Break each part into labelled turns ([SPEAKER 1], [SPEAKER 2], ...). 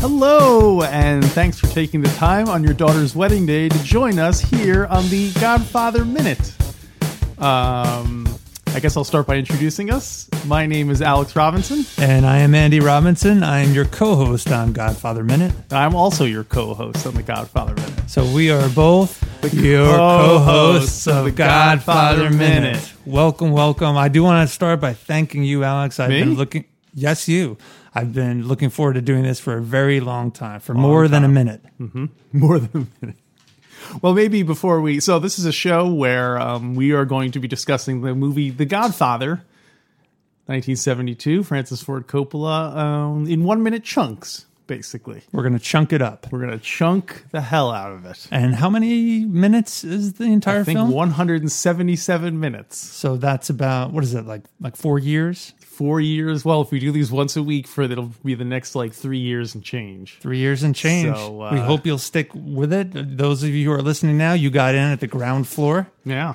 [SPEAKER 1] Hello, and thanks for taking the time on your daughter's wedding day to join us here on the Godfather Minute. Um, I guess I'll start by introducing us. My name is Alex Robinson.
[SPEAKER 2] And I am Andy Robinson. I am your co host on Godfather Minute.
[SPEAKER 1] I'm also your co host on the Godfather Minute.
[SPEAKER 2] So we are both your co hosts of the Godfather Minute. Welcome, welcome. I do want to start by thanking you, Alex. I've
[SPEAKER 1] Me?
[SPEAKER 2] been looking, yes, you. I've been looking forward to doing this for a very long time, for more than a minute.
[SPEAKER 1] More than a minute. Well, maybe before we. So, this is a show where um, we are going to be discussing the movie The Godfather, 1972, Francis Ford Coppola, um, in one minute chunks, basically.
[SPEAKER 2] We're going to chunk it up.
[SPEAKER 1] We're gonna chunk the hell out of it.
[SPEAKER 2] And how many minutes is the entire
[SPEAKER 1] I think
[SPEAKER 2] film?
[SPEAKER 1] 177 minutes,
[SPEAKER 2] so that's about, what is it, like like four years?
[SPEAKER 1] four years. Well, if we do these once a week for it'll be the next like three years and change.
[SPEAKER 2] Three years and change.
[SPEAKER 1] So,
[SPEAKER 2] we
[SPEAKER 1] uh,
[SPEAKER 2] hope you'll stick with it. Those of you who are listening now, you got in at the ground floor.
[SPEAKER 1] Yeah,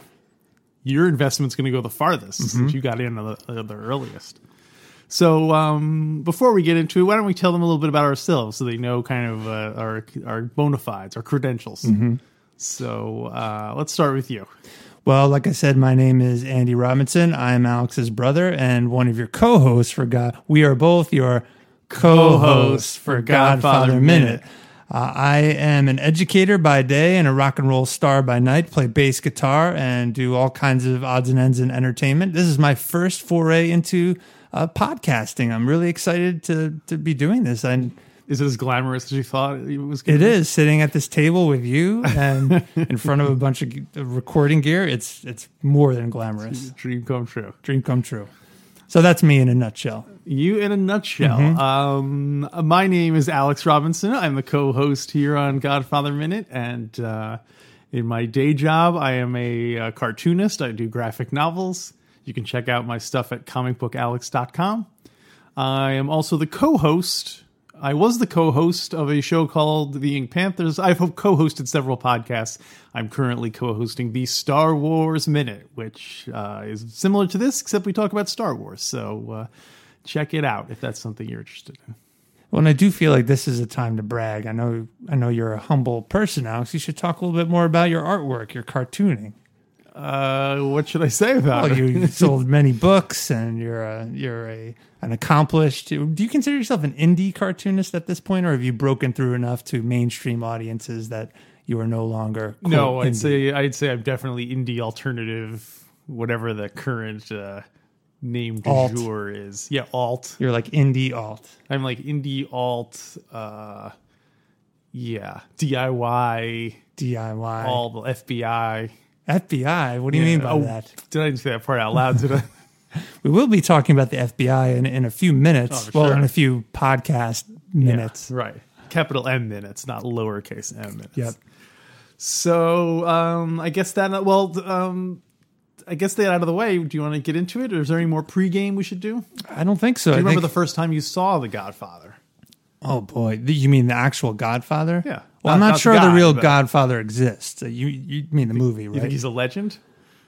[SPEAKER 1] your investment's gonna go the farthest
[SPEAKER 2] Mm-hmm.
[SPEAKER 1] since you got in the, uh, the earliest. So um, before we get into it, why don't we tell them a little bit about ourselves so they know kind of uh, our our bona fides, our credentials.
[SPEAKER 2] Mm-hmm.
[SPEAKER 1] So uh, let's start with you.
[SPEAKER 2] Well, like I said, my name is Andy Robinson. I'm Alex's brother and one of your co hosts for God. We are both your co hosts for Godfather Minute. Uh, I am an educator by day and a rock and roll star by night, play bass guitar and do all kinds of odds and ends in entertainment. This is my first foray into uh, podcasting. I'm really excited to, to be doing this. I,
[SPEAKER 1] Is it as glamorous as you thought it was? Gonna
[SPEAKER 2] it is sitting at this table with you and in front of a bunch of g- uh, recording gear. It's, it's more than glamorous
[SPEAKER 1] Dream come true.
[SPEAKER 2] dream come true. So that's me in a nutshell.
[SPEAKER 1] You in a nutshell. Um, my name is Alex Robinson. I'm the co-host here on Godfather Minute, and uh, in my day job, I am a, uh cartoonist. I do graphic novels. You can check out my stuff at comicbookalex.com. I am also the co-host. I was the co-host of a show called The Ink Panthers. I've co-hosted several podcasts. I'm currently co-hosting the Star Wars Minute, which uh, is similar to this, except we talk about Star Wars. So uh, check it out if that's something you're interested in.
[SPEAKER 2] Well, and I do feel like this is a time to brag. I know, I know you're a humble person, Alex. You should talk a little bit more about your artwork, your cartooning.
[SPEAKER 1] Uh, what should I say about
[SPEAKER 2] Well,
[SPEAKER 1] it?
[SPEAKER 2] you sold many books, and you're a you're a an accomplished. Do you consider yourself an indie cartoonist at this point, or have you broken through enough to mainstream audiences that you are no longer? quote,
[SPEAKER 1] no, I'd
[SPEAKER 2] indie?
[SPEAKER 1] say I'd say I'm definitely indie alternative, whatever the current uh, name du
[SPEAKER 2] Alt.
[SPEAKER 1] jour is. Yeah, alt.
[SPEAKER 2] you're like indie alt.
[SPEAKER 1] I'm like indie alt. Uh, yeah, DIY,
[SPEAKER 2] DIY,
[SPEAKER 1] all the FBI.
[SPEAKER 2] FBI. What do you mean by
[SPEAKER 1] oh,
[SPEAKER 2] that?
[SPEAKER 1] Did I say that part out loud? Did I?
[SPEAKER 2] We will be talking about the FBI in, in a few minutes.
[SPEAKER 1] Oh,
[SPEAKER 2] well,
[SPEAKER 1] sure.
[SPEAKER 2] in a few podcast minutes.
[SPEAKER 1] right. Capital M minutes, not lowercase m minutes.
[SPEAKER 2] Yep.
[SPEAKER 1] So um, I guess that well, th- um, I guess that out of the way. Do you want to get into it, or is there any more pregame we should do? Do you
[SPEAKER 2] I don't think so. I
[SPEAKER 1] remember
[SPEAKER 2] think-
[SPEAKER 1] the first time you saw The Godfather?
[SPEAKER 2] oh boy, The- you mean the actual Godfather?
[SPEAKER 1] Yeah.
[SPEAKER 2] Well, I'm
[SPEAKER 1] Not-
[SPEAKER 2] not,
[SPEAKER 1] not the
[SPEAKER 2] sure the
[SPEAKER 1] guy,
[SPEAKER 2] real
[SPEAKER 1] but-
[SPEAKER 2] Godfather exists. Uh, You you mean the movie,
[SPEAKER 1] You think
[SPEAKER 2] right?
[SPEAKER 1] he's a legend?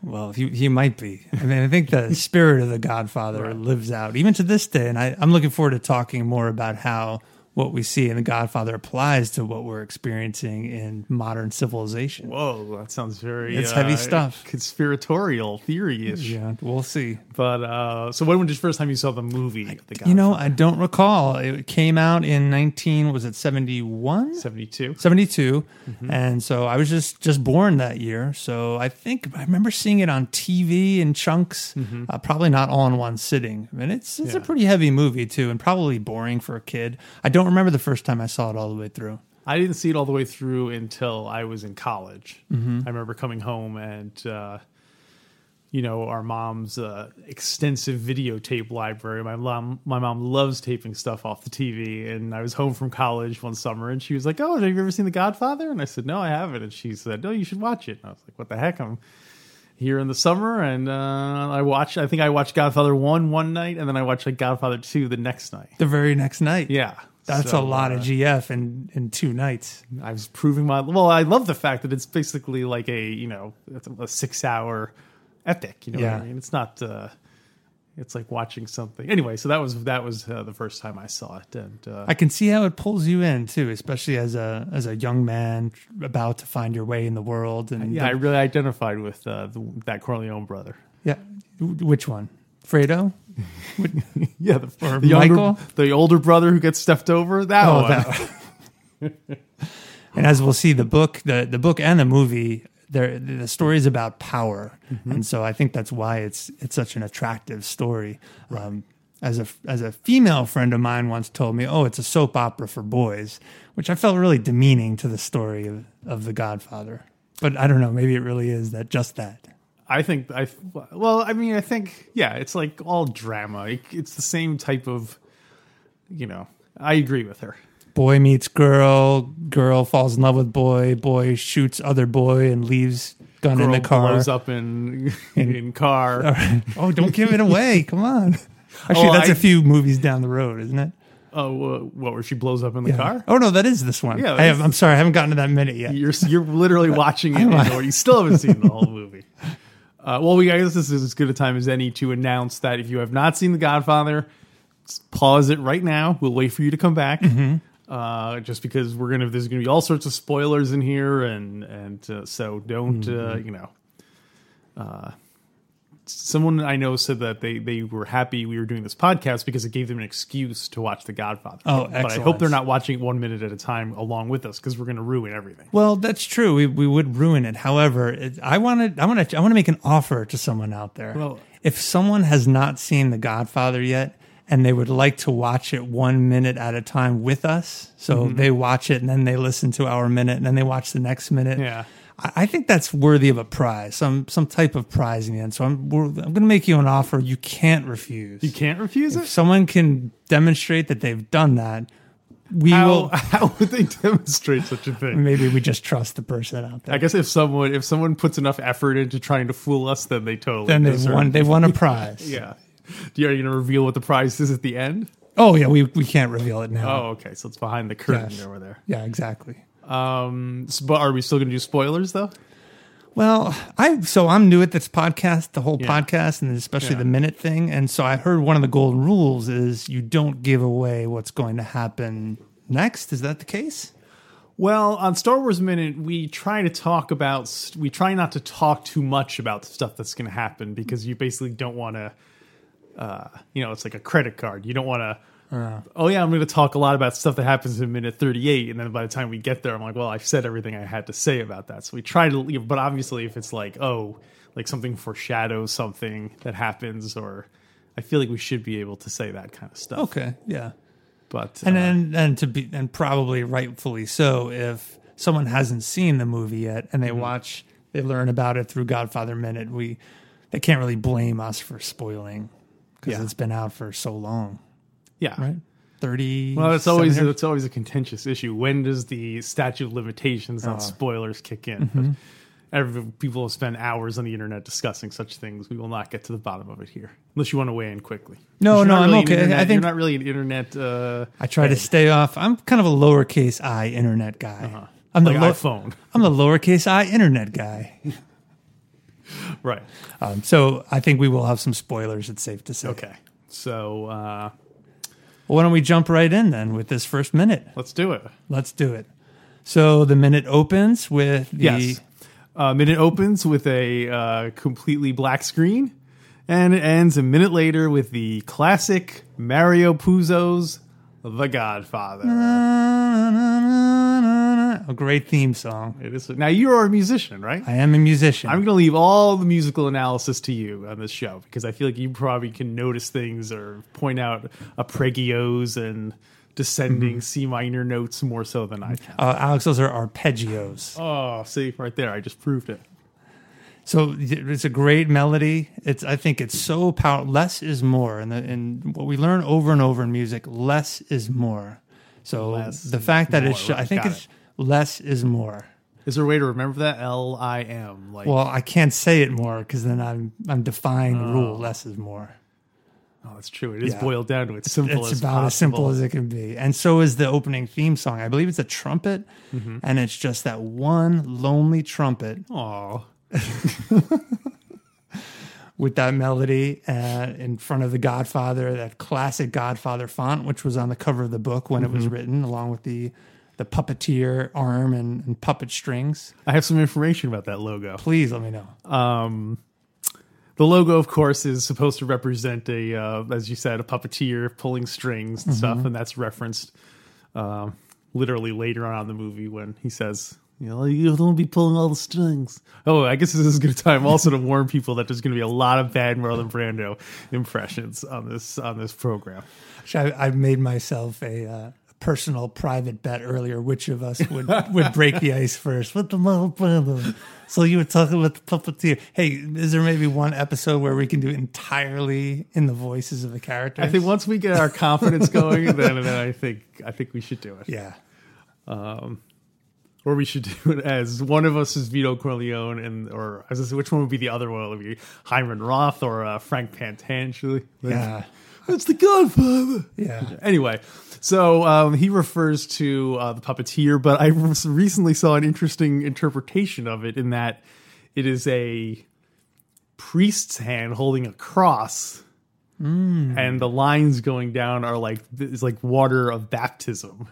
[SPEAKER 2] Well, he he might be. I mean, I think the spirit of the Godfather lives out even to this day, and I, I'm looking forward to talking more about how what we see in the Godfather applies to what we're experiencing in modern civilization.
[SPEAKER 1] Whoa, that sounds very
[SPEAKER 2] It's heavy
[SPEAKER 1] uh,
[SPEAKER 2] stuff.
[SPEAKER 1] Conspiratorial theory ish.
[SPEAKER 2] yeah, we'll see.
[SPEAKER 1] But uh, so when was the first time you saw the movie? the Godfather?
[SPEAKER 2] You know, I don't recall. It came out in 19 was it 71?
[SPEAKER 1] seventy two.
[SPEAKER 2] 72.
[SPEAKER 1] Mm-hmm.
[SPEAKER 2] And so I was just just born that year. So I think I remember seeing it on TV in chunks, uh, probably not all in one sitting. I mean, it's it's a
[SPEAKER 1] Mm-hmm. Yeah.
[SPEAKER 2] pretty heavy movie too and probably boring for a kid. I don't remember the first time I saw it all the way through.
[SPEAKER 1] I didn't see it all the way
[SPEAKER 2] Mm-hmm.
[SPEAKER 1] through until I was in college. I remember coming home and uh, you know our mom's uh, extensive videotape library. My mom, my mom loves taping stuff off the TV, and I was home from college one summer, and she was like, "Oh, have you ever seen The Godfather?" And I said, "No, I haven't." And she said, "No, you should watch it." And I was like, "What the heck?" I'm here in the summer, and uh, I watched. I think I watched Godfather one one night, and then I watched like Godfather two the next night.
[SPEAKER 2] the very next night.
[SPEAKER 1] Yeah,
[SPEAKER 2] That's
[SPEAKER 1] So,
[SPEAKER 2] a lot
[SPEAKER 1] uh,
[SPEAKER 2] of GF in, in two nights.
[SPEAKER 1] I was proving my well. I love the fact that it's basically like a you know it's a six hour epic. You know, what
[SPEAKER 2] Yeah.
[SPEAKER 1] I mean, it's not. Uh, it's like watching something. Anyway, so that was that was uh, the first time I saw it, and uh,
[SPEAKER 2] I can see how it pulls you in too, especially as a as a young man about to find your way in the world. And
[SPEAKER 1] yeah, I really identified with uh, the, that Corleone brother.
[SPEAKER 2] yeah. which one, Fredo?
[SPEAKER 1] Yeah, the,
[SPEAKER 2] Or
[SPEAKER 1] the
[SPEAKER 2] Michael?
[SPEAKER 1] older the older brother who gets stepped over. That
[SPEAKER 2] Oh,
[SPEAKER 1] one.
[SPEAKER 2] that- and as we'll see, the book, the the book and the movie, there the story is about power,
[SPEAKER 1] Mm-hmm.
[SPEAKER 2] and so I think that's why it's it's such an attractive story. Um, as a as a female friend of mine once told me, "Oh, it's a soap opera for boys," which I felt really demeaning to the story of, of The Godfather. But I don't know, maybe it really is that just that.
[SPEAKER 1] I think I well, I mean, I think yeah, it's like all drama. It, it's the same type of, you know. I agree with her.
[SPEAKER 2] boy meets girl, girl falls in love with boy, boy shoots other boy and leaves gun in
[SPEAKER 1] Girl
[SPEAKER 2] the car.
[SPEAKER 1] blows up in in car.
[SPEAKER 2] oh, don't give it away. Come on. Actually,
[SPEAKER 1] Oh,
[SPEAKER 2] that's a
[SPEAKER 1] I-
[SPEAKER 2] few movies down the road, isn't it?
[SPEAKER 1] Oh, uh, what? Where she blows up in the car?
[SPEAKER 2] Oh no, that is this one.
[SPEAKER 1] Yeah,
[SPEAKER 2] I have, I'm sorry, I haven't gotten to that minute yet.
[SPEAKER 1] You're you're literally watching it, or you still haven't seen the whole movie. Uh, well, we, I guess this is as good a time as any to announce that if you have not seen The Godfather, s- pause it right now. We'll wait for you to come back.
[SPEAKER 2] Mm-hmm.
[SPEAKER 1] Uh, just because we're gonna there's gonna be all sorts of spoilers in here, and and uh, so don't uh,
[SPEAKER 2] Mm-hmm.
[SPEAKER 1] you know. Uh, someone I know said that they they were happy we were doing this podcast because it gave them an excuse to watch The Godfather.
[SPEAKER 2] Oh,
[SPEAKER 1] but I hope
[SPEAKER 2] excellent.
[SPEAKER 1] they're not watching it one minute at a time along with us because we're gonna ruin everything.
[SPEAKER 2] Well, that's true. We we would ruin it. However, it, I want to I want to I want to make an offer to someone out there.
[SPEAKER 1] Well-
[SPEAKER 2] if someone has not seen The Godfather yet and they would like to watch it 1 minute at a time with us, so
[SPEAKER 1] Mm-hmm.
[SPEAKER 2] they watch it and then they listen to our minute and then they watch the next minute.
[SPEAKER 1] Yeah.
[SPEAKER 2] I I think that's worthy of a prize, some some type of prize in the end. So I'm we're, I'm going to make you an offer you can't refuse.
[SPEAKER 1] You can't refuse
[SPEAKER 2] If
[SPEAKER 1] it.
[SPEAKER 2] someone can demonstrate that they've done that, we
[SPEAKER 1] How,
[SPEAKER 2] will.
[SPEAKER 1] how would they demonstrate such a thing?
[SPEAKER 2] Maybe we just trust the person out there.
[SPEAKER 1] I guess if someone if someone puts enough effort into trying to fool us, then they totally
[SPEAKER 2] then they've
[SPEAKER 1] deserve-
[SPEAKER 2] won. They've won a prize.
[SPEAKER 1] Yeah. Do you, are you going to reveal what the prize is at the end?
[SPEAKER 2] Oh yeah, we we can't reveal it now.
[SPEAKER 1] Oh, okay. So it's behind the curtain
[SPEAKER 2] Yes.
[SPEAKER 1] over there.
[SPEAKER 2] Yeah, exactly.
[SPEAKER 1] Um, s- but are we still going to do spoilers though?
[SPEAKER 2] Well, I so I'm new at this podcast, the whole
[SPEAKER 1] Yeah.
[SPEAKER 2] podcast, and especially
[SPEAKER 1] Yeah.
[SPEAKER 2] the minute thing. And so I heard one of the golden rules is you don't give away what's going to happen next. Is that the case?
[SPEAKER 1] Well, on Star Wars Minute, we try to talk about st- we try not to talk too much about the stuff that's going to happen because you basically don't want to, uh, you know, it's like a credit card. You don't want to.
[SPEAKER 2] Uh.
[SPEAKER 1] oh yeah, I'm going to talk a lot about stuff that happens in minute 38, and then by the time we get there, I'm like, well, I've said everything I had to say about that. So we try to, leave, but obviously, if it's like, oh, like something foreshadows something that happens, or I feel like we should be able to say that kind of stuff.
[SPEAKER 2] Okay. Yeah.
[SPEAKER 1] But
[SPEAKER 2] Oh, And
[SPEAKER 1] uh,
[SPEAKER 2] then and to be and probably rightfully so if someone hasn't seen the movie yet and they
[SPEAKER 1] Mm-hmm.
[SPEAKER 2] watch they learn about it through Godfather Minute, we they can't really blame us for spoiling because
[SPEAKER 1] Yeah.
[SPEAKER 2] it's been out for so long.
[SPEAKER 1] yeah,
[SPEAKER 2] right? Thirty.
[SPEAKER 1] Well, it's always
[SPEAKER 2] seven years?
[SPEAKER 1] it's always a contentious issue. When does the statute of limitations
[SPEAKER 2] Ah.
[SPEAKER 1] on spoilers kick in?
[SPEAKER 2] Mm-hmm.
[SPEAKER 1] Every, people have spent hours on the internet discussing such things. We will not get to the bottom of it here, unless you want to weigh in quickly.
[SPEAKER 2] No,
[SPEAKER 1] You're
[SPEAKER 2] no,
[SPEAKER 1] not
[SPEAKER 2] I'm
[SPEAKER 1] really an
[SPEAKER 2] okay. I
[SPEAKER 1] internet-
[SPEAKER 2] think-
[SPEAKER 1] you're not really an internet. Uh,
[SPEAKER 2] I try to stay off. I'm kind of a lowercase i internet guy. I'm the
[SPEAKER 1] Uh-huh. like
[SPEAKER 2] lo-
[SPEAKER 1] iPhone,
[SPEAKER 2] I'm the lowercase i internet guy.
[SPEAKER 1] right?
[SPEAKER 2] Um, so I think we will have some spoilers. It's safe to say.
[SPEAKER 1] Okay, so uh,
[SPEAKER 2] Well, why don't we jump right in then with this first minute?
[SPEAKER 1] let's do it.
[SPEAKER 2] Let's do it. So the minute opens with the
[SPEAKER 1] Yes. Um, and it opens with a uh, completely black screen, and it ends a minute later with the classic Mario Puzo's The Godfather.
[SPEAKER 2] a great theme song.
[SPEAKER 1] It is now you are a musician, right?
[SPEAKER 2] I am a musician.
[SPEAKER 1] I'm going to leave all the musical analysis to you on this show because I feel like you probably can notice things or point out arpeggios and descending C minor notes more so than I can.
[SPEAKER 2] uh, Alex, those are arpeggios.
[SPEAKER 1] Oh, see right there, I just proved it.
[SPEAKER 2] So it's a great melody. It's I think it's so powerful. Less is more, and the, and what we learn over and over in music, less is more. So
[SPEAKER 1] Less
[SPEAKER 2] the fact that
[SPEAKER 1] more,
[SPEAKER 2] it's, I
[SPEAKER 1] right,
[SPEAKER 2] think
[SPEAKER 1] got
[SPEAKER 2] it's less is more.
[SPEAKER 1] Is there a way to remember that? L I M. Like,
[SPEAKER 2] Well, I can't say it more because then I'm I'm defying the rule. Less is more.
[SPEAKER 1] oh, that's true. It is
[SPEAKER 2] yeah.
[SPEAKER 1] boiled down to its simple
[SPEAKER 2] it's
[SPEAKER 1] as
[SPEAKER 2] about
[SPEAKER 1] possible.
[SPEAKER 2] as simple as it can be and so is the opening theme song i believe it's a trumpet
[SPEAKER 1] Mm-hmm.
[SPEAKER 2] and it's just that one lonely trumpet
[SPEAKER 1] Aw.
[SPEAKER 2] with that melody uh, in front of the godfather that classic godfather font which was on the cover of the book when
[SPEAKER 1] Mm-hmm.
[SPEAKER 2] it was written along with the the puppeteer arm and, and puppet strings
[SPEAKER 1] I have some information about that logo.
[SPEAKER 2] please let me know
[SPEAKER 1] The logo, of course, is supposed to represent a, uh, as you said, a puppeteer pulling strings and
[SPEAKER 2] Mm-hmm.
[SPEAKER 1] stuff, and that's referenced um, literally later on in the movie when he says, "You know, you don't be pulling all the strings." Oh, I guess this is a good time also to warn people that there's going to be a lot of bad Marlon Brando impressions on this on this program.
[SPEAKER 2] Actually, I, I made myself a uh, personal private bet earlier which of us would, would break the ice first with the model problem. So you were talking about the puppeteer. Hey, is there maybe one episode where we can do entirely in the voices of the characters?
[SPEAKER 1] I think once we get our confidence going, then, then I think I think we should do it.
[SPEAKER 2] yeah.
[SPEAKER 1] Or we should do it as one of us is Vito Corleone, and or as I said, which one would be the other one? Would it be Hyman Roth or uh, Frank Pantanchili? Like,
[SPEAKER 2] Yeah.
[SPEAKER 1] That's the Godfather.
[SPEAKER 2] Yeah.
[SPEAKER 1] Anyway, so um, he refers to uh, the puppeteer, but I re- recently saw an interesting interpretation of it in that it is a priest's hand holding a cross,
[SPEAKER 2] Mm.
[SPEAKER 1] and the lines going down are like it's like water of baptism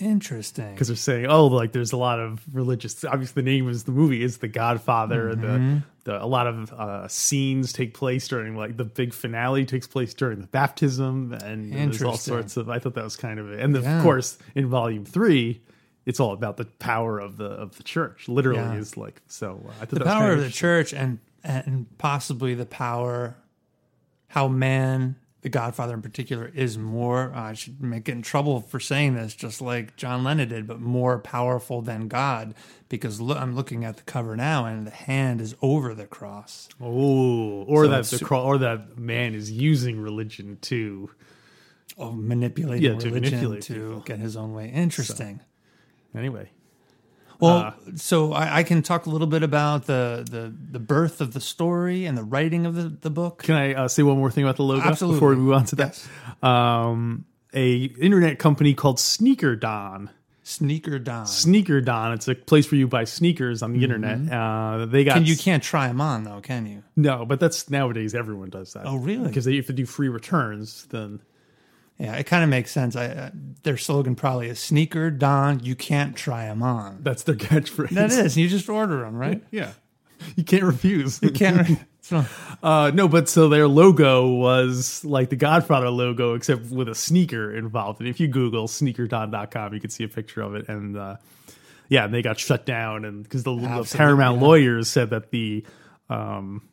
[SPEAKER 2] Interesting.
[SPEAKER 1] because they're saying, oh, like there's a lot of religious. Obviously, the name is the movie is The Godfather.
[SPEAKER 2] Mm-hmm.
[SPEAKER 1] The, the a lot of uh, scenes take place during like the big finale takes place during the baptism, and there's all
[SPEAKER 2] Interesting.
[SPEAKER 1] sorts of. I thought that was kind of it. And
[SPEAKER 2] Yeah.
[SPEAKER 1] of course, in Volume Three, it's all about the power of the of the church. Literally,
[SPEAKER 2] Yeah.
[SPEAKER 1] is like so. uh, I thought
[SPEAKER 2] The
[SPEAKER 1] that was kind
[SPEAKER 2] power
[SPEAKER 1] of
[SPEAKER 2] of the
[SPEAKER 1] interesting.
[SPEAKER 2] church and, and possibly the power, how man, the Godfather in particular, is more, I should make, get in trouble for saying this, just like John Lennon did, but more powerful than God. Because lo- I'm looking at the cover now and the hand is over the cross.
[SPEAKER 1] Oh, or that
[SPEAKER 2] it's
[SPEAKER 1] the cro- or that man is using religion to
[SPEAKER 2] Oh, manipulating
[SPEAKER 1] Yeah, to
[SPEAKER 2] religion to,
[SPEAKER 1] manipulate people.
[SPEAKER 2] get his own way. Interesting.
[SPEAKER 1] anyway. uh,
[SPEAKER 2] Well, so I, I can talk a little bit about the, the, the birth of the story and the writing of the, the book.
[SPEAKER 1] Can I uh, say one more thing about the logo
[SPEAKER 2] Absolutely.
[SPEAKER 1] before we move on to that? Um, a internet company called Sneaker Don.
[SPEAKER 2] Sneaker Don.
[SPEAKER 1] Sneaker Don. It's a place where you buy sneakers on the internet. Uh, they got
[SPEAKER 2] and Mm-hmm. you can't try them on though, can you?
[SPEAKER 1] no, but that's nowadays everyone does that.
[SPEAKER 2] Oh, really?
[SPEAKER 1] Because they, if they do free returns, then
[SPEAKER 2] Yeah, it kind of makes sense. I, uh, their slogan probably is "Sneaker Don, you can't try them on."
[SPEAKER 1] that's their catchphrase.
[SPEAKER 2] That is, you just order them, right?
[SPEAKER 1] yeah. You can't refuse.
[SPEAKER 2] You can't. so,
[SPEAKER 1] Uh, no, but so their logo was like the Godfather logo, except with a sneaker involved. And if you Google sneakerdon.com, you can see a picture of it. And uh, yeah, and they got shut down, and because the, the
[SPEAKER 2] Absolutely,
[SPEAKER 1] Paramount
[SPEAKER 2] yeah.
[SPEAKER 1] lawyers said that the um,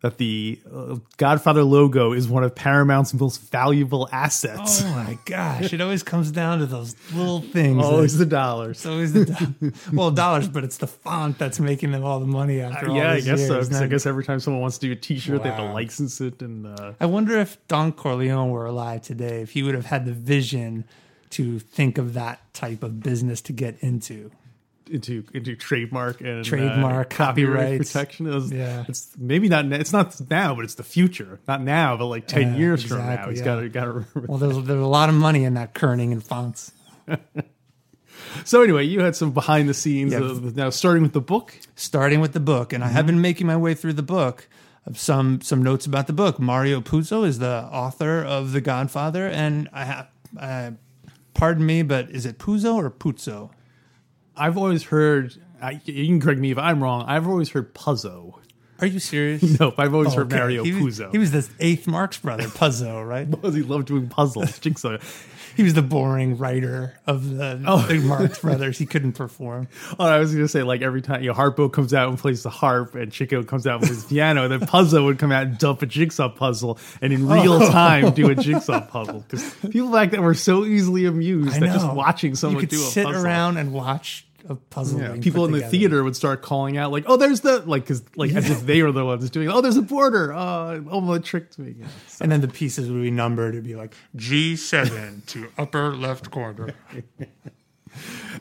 [SPEAKER 1] that the uh, Godfather logo is one of Paramount's most valuable assets.
[SPEAKER 2] oh my gosh, it always comes down to those little things. that-
[SPEAKER 1] Always the dollars.
[SPEAKER 2] it's always the do- well dollars, but it's the font that's making them all the money after all
[SPEAKER 1] Uh, Yeah, I
[SPEAKER 2] these
[SPEAKER 1] guess so.
[SPEAKER 2] years,
[SPEAKER 1] 'cause I
[SPEAKER 2] not-
[SPEAKER 1] guess every time someone wants to do a T-shirt, they have to
[SPEAKER 2] Wow.
[SPEAKER 1] license it, and uh,
[SPEAKER 2] I wonder if Don Corleone were alive today, if he would have had the vision to think of that type of business to get into.
[SPEAKER 1] into into trademark and uh,
[SPEAKER 2] Trademark,
[SPEAKER 1] copyright
[SPEAKER 2] copyrights.
[SPEAKER 1] protection. It was-
[SPEAKER 2] Yeah.
[SPEAKER 1] it's maybe not. na- It's not now, but it's the future. Not now, but like ten
[SPEAKER 2] Yeah,
[SPEAKER 1] years from now,
[SPEAKER 2] exactly,
[SPEAKER 1] he's
[SPEAKER 2] yeah.
[SPEAKER 1] got to got to remember.
[SPEAKER 2] Well, there's there's a lot of money in that kerning and fonts.
[SPEAKER 1] So anyway, you had some behind the scenes.
[SPEAKER 2] Yeah.
[SPEAKER 1] Of, now starting with the book.
[SPEAKER 2] starting with the book and i
[SPEAKER 1] Mm-hmm.
[SPEAKER 2] have been making my way through the book of some some notes about the book mario puzo is the author of the godfather and i have uh, pardon me but is it puzo or puzo
[SPEAKER 1] I've always heard. I, you can correct me if I'm wrong. I've always heard Puzo.
[SPEAKER 2] are you serious
[SPEAKER 1] Nope, I've always heard
[SPEAKER 2] Oh, Okay.
[SPEAKER 1] Mario
[SPEAKER 2] he was,
[SPEAKER 1] Puzo.
[SPEAKER 2] he was this eighth marx brother puzo right
[SPEAKER 1] because he loved doing puzzles, jigsaw.
[SPEAKER 2] he was the boring writer of the, the marx brothers he couldn't perform
[SPEAKER 1] Oh, I was going to say like every time you know, Harpo comes out and plays the harp, and Chico comes out and plays the piano, then Puzzle would come out and dump a jigsaw puzzle, and in real
[SPEAKER 2] Oh.
[SPEAKER 1] time do a jigsaw puzzle because people like that were so easily amused
[SPEAKER 2] i
[SPEAKER 1] that
[SPEAKER 2] know
[SPEAKER 1] just watching someone
[SPEAKER 2] you could
[SPEAKER 1] do a
[SPEAKER 2] sit
[SPEAKER 1] puzzle.
[SPEAKER 2] around and watch of puzzle.
[SPEAKER 1] Yeah,
[SPEAKER 2] being
[SPEAKER 1] people
[SPEAKER 2] put
[SPEAKER 1] in the
[SPEAKER 2] together.
[SPEAKER 1] theater would start calling out like, "Oh, there's the like," cause, like as if they were the ones doing. Oh, there's a border. Oh, Omelette tricked me. Yeah, so-
[SPEAKER 2] and then the pieces would be numbered. It'd be like G seven to upper left corner.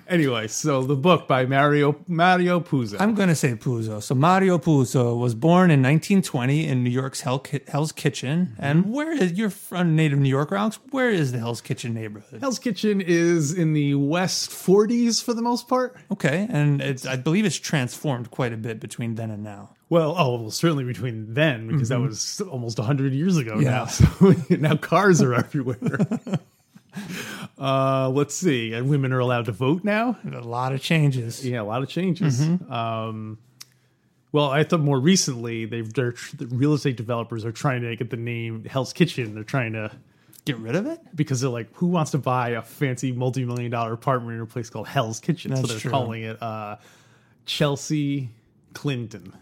[SPEAKER 1] Anyway, so the book by Mario Mario Puzo.
[SPEAKER 2] I'm going to say Puzo. So Mario Puzo was born in 1920 in New York's Hell Ki- Hell's Kitchen. And where is you're from native New Yorker, Alex? Where is the Hell's Kitchen neighborhood?
[SPEAKER 1] Hell's Kitchen is in the West 40s for the most part.
[SPEAKER 2] Okay, and it's I believe it's transformed quite a bit between then and now.
[SPEAKER 1] Well, oh, well, certainly between then because that was almost 100 years ago now.
[SPEAKER 2] Yeah.
[SPEAKER 1] So now cars are everywhere. uh, let's see. And women are allowed to vote now.
[SPEAKER 2] A lot of changes.
[SPEAKER 1] Yeah, a lot of changes. Um, well, I thought more recently they've they're, tr- the real estate developers are trying to get the name Hell's Kitchen. They're trying to
[SPEAKER 2] Get rid of it.
[SPEAKER 1] because they're like, who wants to buy a fancy multi-million dollar apartment in a place called Hell's Kitchen? so
[SPEAKER 2] That's
[SPEAKER 1] they're
[SPEAKER 2] true.
[SPEAKER 1] calling it uh, Chelsea Clinton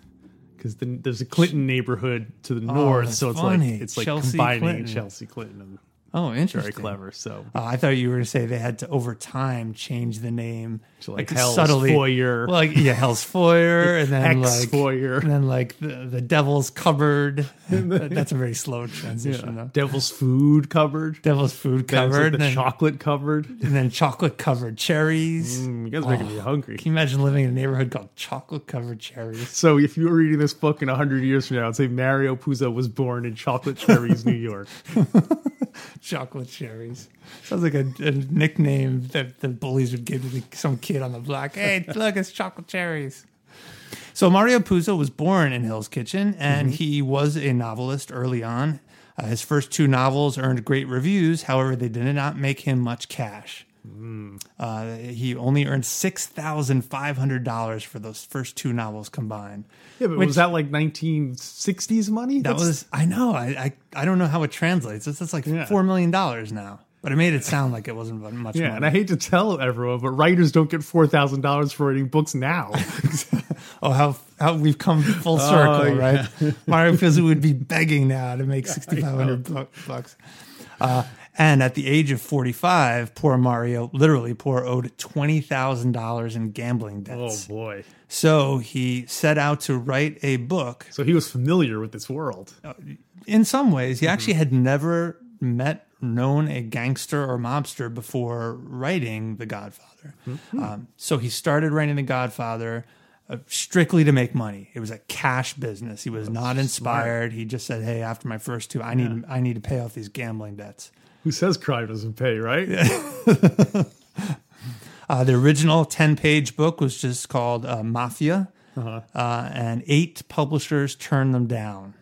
[SPEAKER 1] because then there's a Clinton neighborhood to the north,
[SPEAKER 2] Oh, that's
[SPEAKER 1] so it's
[SPEAKER 2] funny.
[SPEAKER 1] like it's like
[SPEAKER 2] Chelsea
[SPEAKER 1] combining
[SPEAKER 2] Clinton.
[SPEAKER 1] Chelsea Clinton. And
[SPEAKER 2] Oh,
[SPEAKER 1] very
[SPEAKER 2] interesting.
[SPEAKER 1] clever. So
[SPEAKER 2] Uh, I thought you were going to say they had to over time change the name
[SPEAKER 1] To, like, Hell's Foyer.
[SPEAKER 2] Well, like, yeah, Hell's Foyer, and then
[SPEAKER 1] Hex
[SPEAKER 2] like
[SPEAKER 1] Foyer.
[SPEAKER 2] and then like the, the Devil's Cupboard. That- That's a very slow transition. though.
[SPEAKER 1] Devil's Food Cupboard,
[SPEAKER 2] Devil's Food
[SPEAKER 1] That was, like,
[SPEAKER 2] Cupboard,
[SPEAKER 1] the
[SPEAKER 2] and, then,
[SPEAKER 1] chocolate cupboard.
[SPEAKER 2] and then chocolate covered cherries.
[SPEAKER 1] Mm, you guys are making
[SPEAKER 2] Oh.
[SPEAKER 1] me hungry.
[SPEAKER 2] Can you imagine living in a neighborhood called chocolate covered cherries?
[SPEAKER 1] So if you were reading this book in 100 years from now, I'd say Mario Puzo was born in Chocolate Cherries, New York.
[SPEAKER 2] Chocolate cherries sounds like a, a nickname that the bullies would give to the, some kid on the block. Hey, look, it's chocolate cherries. So Mario Puzo was born in Hill's Kitchen, and he was a novelist early on. Uh, his first two novels earned great reviews. However, they did not make him much cash. Uh, he only earned six thousand five hundred dollars for those first two novels combined.
[SPEAKER 1] Yeah, but
[SPEAKER 2] Which-
[SPEAKER 1] was that like 1960s money?
[SPEAKER 2] That was I know I I, I don't know how it translates. It's just like
[SPEAKER 1] Yeah.
[SPEAKER 2] four million dollars now, but it made it sound like it wasn't mu- much.
[SPEAKER 1] Yeah, and
[SPEAKER 2] money.
[SPEAKER 1] I hate to tell everyone, but writers don't get four thousand dollars for writing books now.
[SPEAKER 2] oh how how we've come full circle,
[SPEAKER 1] Oh, yeah.
[SPEAKER 2] right? Mario Puzo would be begging now to make sixty five hundred bucks. Uh, and at the age of forty five, poor Mario literally poor owed twenty thousand dollars in gambling
[SPEAKER 1] oh
[SPEAKER 2] debts.
[SPEAKER 1] boy!
[SPEAKER 2] So he set out to write a book
[SPEAKER 1] So he was familiar with this world.
[SPEAKER 2] in some ways, he actually had never met, known a gangster or mobster before writing The Godfather. Um, so he started writing The Godfather uh, strictly to make money. It was a cash business. He was not inspired. He just said, "Hey, after my first two, I need I need to pay off these gambling debts."
[SPEAKER 1] Who says crime doesn't pay, right?
[SPEAKER 2] Uh, the original 10 page book was just called uh, Mafia, uh, and eight publishers turned them down.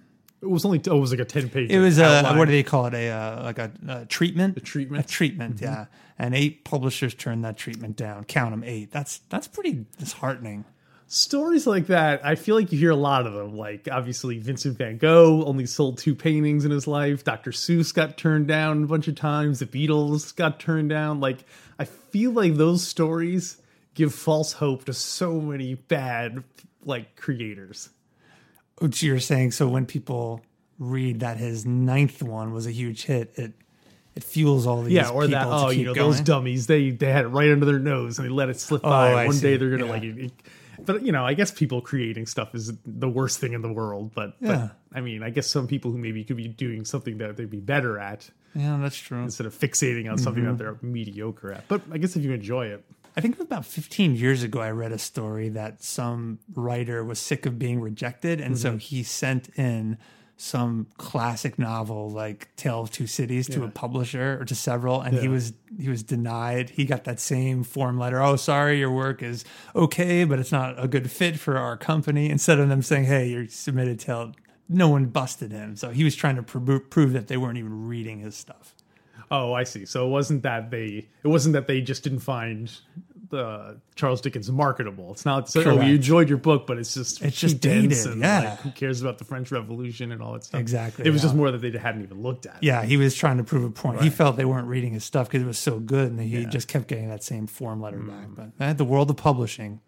[SPEAKER 1] It was only oh, it was like a ten page.
[SPEAKER 2] It was uh, a what do they call it? A uh, like a, a treatment. A
[SPEAKER 1] treatment? Mm-hmm.
[SPEAKER 2] A treatment. Yeah. And eight publishers turned that treatment down. Count them eight. That's that's pretty disheartening.
[SPEAKER 1] stories like that. I feel like you hear a lot of them. Like obviously Vincent Van Gogh only sold two paintings in his life. Dr. Seuss got turned down a bunch of times. The Beatles got turned down. Like I feel like those stories give false hope to so many bad like creators.
[SPEAKER 2] Oh, so You're saying so when people read that his ninth one was a huge hit, it it fuels all these
[SPEAKER 1] yeah, or
[SPEAKER 2] people
[SPEAKER 1] that
[SPEAKER 2] to
[SPEAKER 1] oh,
[SPEAKER 2] keep
[SPEAKER 1] you know,
[SPEAKER 2] going. Oh,
[SPEAKER 1] those dummies they they had it right under their nose and they let it slip by.
[SPEAKER 2] I
[SPEAKER 1] One
[SPEAKER 2] see.
[SPEAKER 1] day they're gonna
[SPEAKER 2] Yeah.
[SPEAKER 1] like. It, it- but you know, I guess people creating stuff is the worst thing in the world. But,
[SPEAKER 2] Yeah.
[SPEAKER 1] but I mean, I guess some people who maybe could be doing something that they'd be better at
[SPEAKER 2] yeah, that's true.
[SPEAKER 1] instead of fixating on something
[SPEAKER 2] Mm-hmm.
[SPEAKER 1] that they're mediocre at. But I guess if you enjoy it,
[SPEAKER 2] I think about 15 years ago, I read a story that some writer was sick of being rejected. And so he sent in some classic novel like Tale of Two Cities to a publisher or to several. And he
[SPEAKER 1] Yeah.
[SPEAKER 2] was he was denied. He got that same form letter. Oh, sorry, your work is OK, but it's not a good fit for our company. Instead of them saying, hey, you're submitted Tale, no one busted him. So he was trying to pro- prove that they weren't even reading his stuff.
[SPEAKER 1] oh, I see. So it wasn't that they it wasn't that they just didn't find the Charles Dickens marketable. It's not so oh,
[SPEAKER 2] Correct.
[SPEAKER 1] you enjoyed your book, but it's just
[SPEAKER 2] It's just
[SPEAKER 1] too dense
[SPEAKER 2] dated,
[SPEAKER 1] and,
[SPEAKER 2] yeah.
[SPEAKER 1] like, who cares about the French Revolution and all that stuff?
[SPEAKER 2] Exactly,
[SPEAKER 1] It was
[SPEAKER 2] yeah.
[SPEAKER 1] just more that they hadn't even looked at. it.
[SPEAKER 2] Yeah, he was trying to prove a point. He felt they weren't reading his stuff because it was so good, and he just kept getting that same form letter back. But eh, the world of publishing.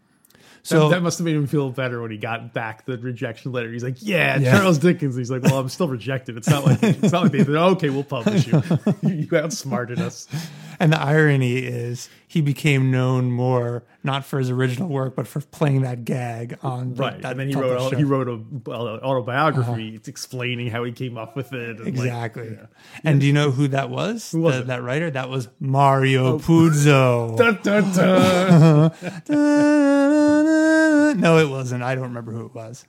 [SPEAKER 2] So
[SPEAKER 1] Mm. that must have made him feel better when he got back the rejection letter. He's like, "Yeah,
[SPEAKER 2] Yeah.
[SPEAKER 1] Charles Dickens." He's like, "Well, I'm still rejected. It's not like it's not like they said, okay, we'll publish you. you outsmarted us."
[SPEAKER 2] And the irony is he became known more not for his original work, but for playing that gag on the-
[SPEAKER 1] Right,
[SPEAKER 2] that
[SPEAKER 1] and then he
[SPEAKER 2] puppet
[SPEAKER 1] wrote
[SPEAKER 2] show. Uh-huh.
[SPEAKER 1] a, he wrote a well, autobiography It's explaining how he came up with it. and, like,
[SPEAKER 2] exactly. And do you know who that was?
[SPEAKER 1] was
[SPEAKER 2] The-
[SPEAKER 1] it?
[SPEAKER 2] that writer? That was Mario Puzo.
[SPEAKER 1] dun, dun, dun.
[SPEAKER 2] no, it wasn't. I don't remember who it was.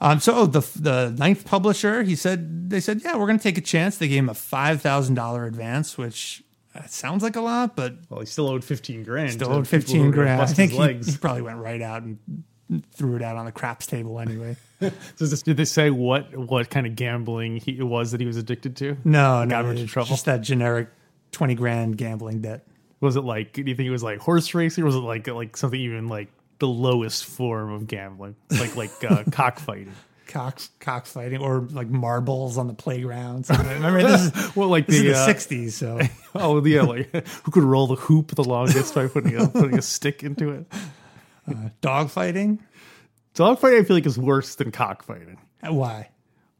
[SPEAKER 2] Um, so oh, the the ninth publisher, he said they said, yeah, we're going to take a chance. They gave him a five thousand dollar advance, which uh, sounds like a lot, but
[SPEAKER 1] well, he still owed fifteen grand.
[SPEAKER 2] still
[SPEAKER 1] to
[SPEAKER 2] owed
[SPEAKER 1] people who
[SPEAKER 2] fifteen
[SPEAKER 1] were gonna
[SPEAKER 2] grand. I
[SPEAKER 1] Bust
[SPEAKER 2] think
[SPEAKER 1] his
[SPEAKER 2] he,
[SPEAKER 1] legs.
[SPEAKER 2] he probably went right out and threw it out on the craps table anyway.
[SPEAKER 1] Does this- did they say what what kind of gambling he, it was that he was addicted to? Got
[SPEAKER 2] No, no,
[SPEAKER 1] him into
[SPEAKER 2] it's
[SPEAKER 1] trouble.
[SPEAKER 2] Just that generic twenty grand gambling debt.
[SPEAKER 1] Was it like? Do you think it was like horse racing, or was it like like something even like the lowest form of gambling, like like uh, cockfighting?
[SPEAKER 2] Cock, cockfighting or like marbles on the playground. something. Remember this is
[SPEAKER 1] Well, like
[SPEAKER 2] this
[SPEAKER 1] the,
[SPEAKER 2] is
[SPEAKER 1] uh,
[SPEAKER 2] the '60s, so
[SPEAKER 1] oh yeah, like who could roll the hoop the longest by putting a, putting a stick into it?
[SPEAKER 2] dogfighting.
[SPEAKER 1] Dogfighting, I feel like, is worse than cockfighting.
[SPEAKER 2] Why?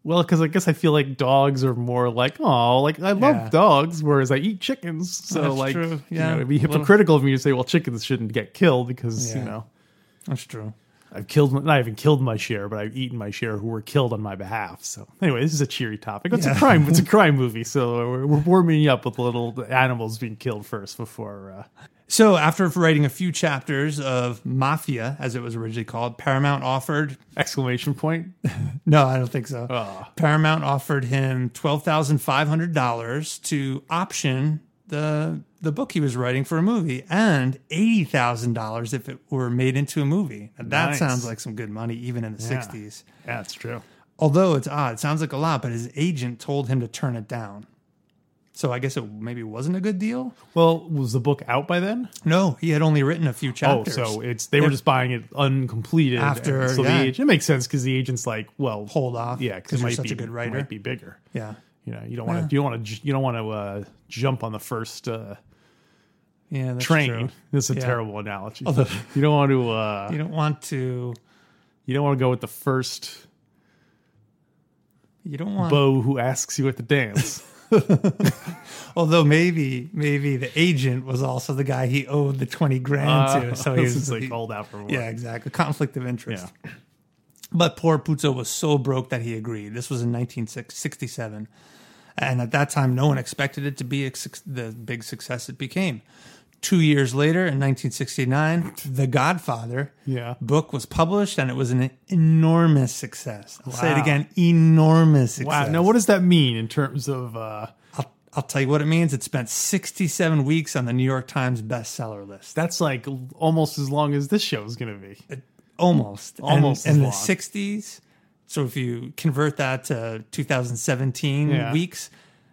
[SPEAKER 1] Well, because I guess I feel like dogs are more like, oh, like I love
[SPEAKER 2] Yeah.
[SPEAKER 1] dogs, whereas I eat chickens. So
[SPEAKER 2] That's
[SPEAKER 1] like,
[SPEAKER 2] true. Yeah.
[SPEAKER 1] you know, it'd be
[SPEAKER 2] A little-
[SPEAKER 1] hypocritical of me to say, well, chickens shouldn't get killed because
[SPEAKER 2] Yeah.
[SPEAKER 1] you know
[SPEAKER 2] That's true.
[SPEAKER 1] I've killed, my, not even killed my share, but I've eaten my share who were killed on my behalf. So anyway, this is a cheery topic. It's a
[SPEAKER 2] Yeah.
[SPEAKER 1] crime. It's a crime movie. So we're, we're warming you up with little animals being killed first before. Uh,
[SPEAKER 2] So after writing a few chapters of Mafia, as it was originally called, Paramount offered
[SPEAKER 1] exclamation point.
[SPEAKER 2] no, I don't think so.
[SPEAKER 1] Ah.
[SPEAKER 2] Paramount offered him twelve thousand five hundred dollars to option the the book he was writing for a movie and eighty thousand dollars if it were made into a movie. Now, that
[SPEAKER 1] Nice.
[SPEAKER 2] sounds like some good money even in the sixties.
[SPEAKER 1] Yeah, that's true.
[SPEAKER 2] Although it's odd, it sounds like a lot, but his agent told him to turn it down. So I guess it maybe wasn't a good deal.
[SPEAKER 1] Well, was the book out by then?
[SPEAKER 2] No, he had only written a few
[SPEAKER 1] Oh,
[SPEAKER 2] chapters.
[SPEAKER 1] so it's they were just buying it uncompleted and
[SPEAKER 2] After,
[SPEAKER 1] So
[SPEAKER 2] yeah.
[SPEAKER 1] the agent, it makes sense because the agent's like, well,
[SPEAKER 2] Hold off,
[SPEAKER 1] yeah,
[SPEAKER 2] 'cause
[SPEAKER 1] because
[SPEAKER 2] you're
[SPEAKER 1] might
[SPEAKER 2] such
[SPEAKER 1] be
[SPEAKER 2] a good writer.
[SPEAKER 1] might be bigger.
[SPEAKER 2] Yeah.
[SPEAKER 1] You know, you don't want to, you don't want to, you don't want to uh, jump on the first uh,
[SPEAKER 2] Yeah. That's
[SPEAKER 1] train.
[SPEAKER 2] True.
[SPEAKER 1] This is a
[SPEAKER 2] Yeah.
[SPEAKER 1] terrible analogy. you don't want to, uh,
[SPEAKER 2] You don't want to,
[SPEAKER 1] you don't want to go with the first
[SPEAKER 2] you don't want,
[SPEAKER 1] beau who asks you at the dance.
[SPEAKER 2] although maybe, maybe the agent was also the guy he owed the 20 grand to. So he
[SPEAKER 1] Uh, this
[SPEAKER 2] was
[SPEAKER 1] is like
[SPEAKER 2] he-
[SPEAKER 1] all that for one.
[SPEAKER 2] yeah, exactly. Conflict of interest.
[SPEAKER 1] yeah.
[SPEAKER 2] But poor Puzo was so broke that he agreed. This was in 1967. And at that time, no one expected it to be a, suc- the big success it became. Two years later, in 1969, The Godfather
[SPEAKER 1] Yeah.
[SPEAKER 2] book was published and it was an enormous success. I'll say it
[SPEAKER 1] Wow.
[SPEAKER 2] again enormous
[SPEAKER 1] Wow.
[SPEAKER 2] success.
[SPEAKER 1] Now, what does that mean in terms of? Uh,
[SPEAKER 2] I'll, I'll tell you what it means. It spent 67 weeks on the New York Times bestseller list.
[SPEAKER 1] that's like almost as long as this show is going to be.
[SPEAKER 2] Almost. And-
[SPEAKER 1] Almost as
[SPEAKER 2] In the
[SPEAKER 1] long.
[SPEAKER 2] 60s. So if you convert that to 2017
[SPEAKER 1] Yeah.
[SPEAKER 2] weeks,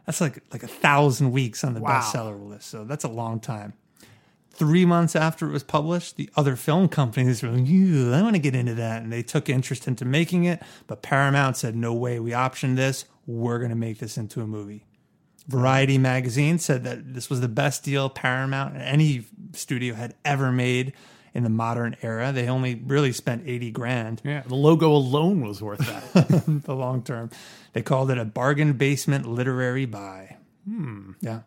[SPEAKER 2] that's like like a thousand weeks on the
[SPEAKER 1] Wow.
[SPEAKER 2] bestseller list. So that's a long time. Three months after it was published, the other film companies were like, "Ew, I want to get into that. And they took interest into making it. But Paramount said, no way, we optioned this. We're going to make this into a movie. Variety magazine said that this was the best deal Paramount and any studio had ever made in the modern era. They only really spent 80 grand
[SPEAKER 1] Yeah, the logo alone was worth that.
[SPEAKER 2] the long term. They called it a bargain basement literary buy. Hmm. Yeah.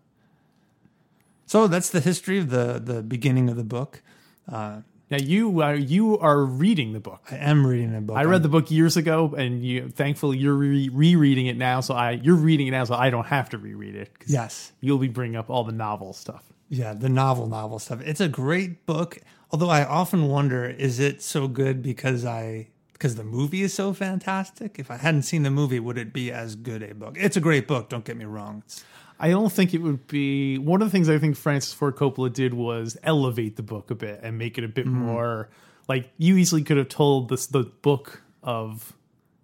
[SPEAKER 2] So that's the history of the the beginning of the book.
[SPEAKER 1] Now you uh, you are reading the book.
[SPEAKER 2] I am reading the book.
[SPEAKER 1] I read the book years ago, and you thankfully you're re- rereading it now. So I you're reading it now, so I don't have to reread it. 'cause
[SPEAKER 2] Yes.
[SPEAKER 1] you'll be bringing up all the novel stuff.
[SPEAKER 2] Yeah, the novel novel stuff. It's a great book. Although I often wonder, is it so good because I because the movie is so fantastic? If I hadn't seen the movie, would it be as good a book? It's a great book. Don't get me wrong. It's-
[SPEAKER 1] I don't think it would be one of the things I think Francis Ford Coppola did was elevate the book a bit and make it a bit more like you easily could have told this the book of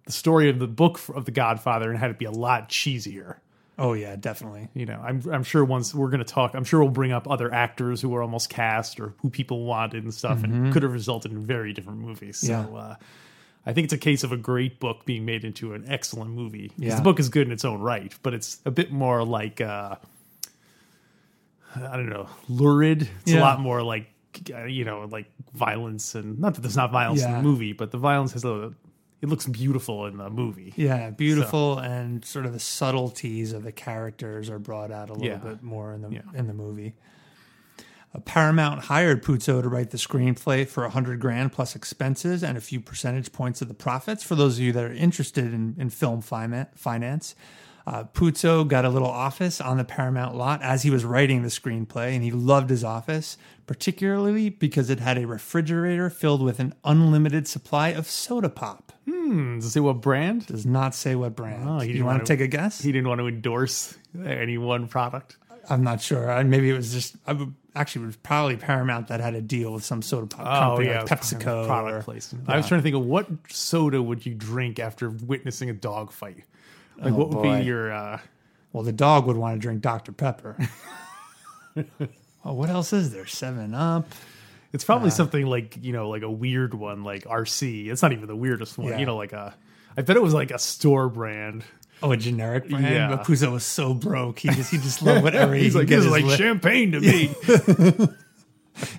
[SPEAKER 1] the story of the book of the Godfather and had it be a lot cheesier.
[SPEAKER 2] oh yeah, definitely.
[SPEAKER 1] you know, I'm I'm sure once we're going to talk, I'm sure we'll bring up other actors who were almost cast or who people wanted and stuff, and could have resulted in very different movies. So,
[SPEAKER 2] Mm-hmm. Yeah.
[SPEAKER 1] uh, I think it's a case of a great book being made into an excellent movie. 'Cause
[SPEAKER 2] Yeah.
[SPEAKER 1] the book is good in its own right, but it's a bit more like uh, I don't know, lurid. It's
[SPEAKER 2] Yeah.
[SPEAKER 1] a lot more like uh, you know, like violence and not that there's not violence in
[SPEAKER 2] Yeah.
[SPEAKER 1] the movie, but the violence has a it looks beautiful in the movie.
[SPEAKER 2] Yeah, beautiful and sort of the subtleties of the characters are brought out a little
[SPEAKER 1] Yeah.
[SPEAKER 2] bit more in the
[SPEAKER 1] Yeah.
[SPEAKER 2] in the movie. Uh, Paramount hired Puzo to write the screenplay for a hundred grand plus expenses and a few percentage points of the profits. For those of you that are interested in, in film finan- finance, uh, Puzo got a little office on the Paramount lot as he was writing the screenplay, and he loved his office, particularly because it had a refrigerator filled with an unlimited supply of soda pop
[SPEAKER 1] Does it say what brand?
[SPEAKER 2] does not say what brand.
[SPEAKER 1] he
[SPEAKER 2] Oh, you
[SPEAKER 1] didn't
[SPEAKER 2] want
[SPEAKER 1] wanna-
[SPEAKER 2] to take a guess?
[SPEAKER 1] He didn't want to endorse any one product.
[SPEAKER 2] I'm not sure. I, maybe it was just. I would, actually it was probably Paramount that had a deal with some soda pop company,
[SPEAKER 1] Oh,
[SPEAKER 2] like PepsiCo.
[SPEAKER 1] product
[SPEAKER 2] or-
[SPEAKER 1] placement. I was trying to think of what soda would you drink after witnessing a dog fight. Like what would
[SPEAKER 2] Oh, boy.
[SPEAKER 1] be your? uh
[SPEAKER 2] Well, the dog would want to drink Dr Pepper. oh, what else is there? Seven Up.
[SPEAKER 1] It's probably something like you know, like a weird one, like RC. It's not even the weirdest one.
[SPEAKER 2] Yeah.
[SPEAKER 1] You know, like a. I bet it was like a store brand.
[SPEAKER 2] Oh, a generic brand.
[SPEAKER 1] Yeah.
[SPEAKER 2] But Puzo was so broke. He just he just loved whatever he
[SPEAKER 1] He's
[SPEAKER 2] could
[SPEAKER 1] like,
[SPEAKER 2] get.
[SPEAKER 1] this is
[SPEAKER 2] his
[SPEAKER 1] like
[SPEAKER 2] li-
[SPEAKER 1] champagne to me.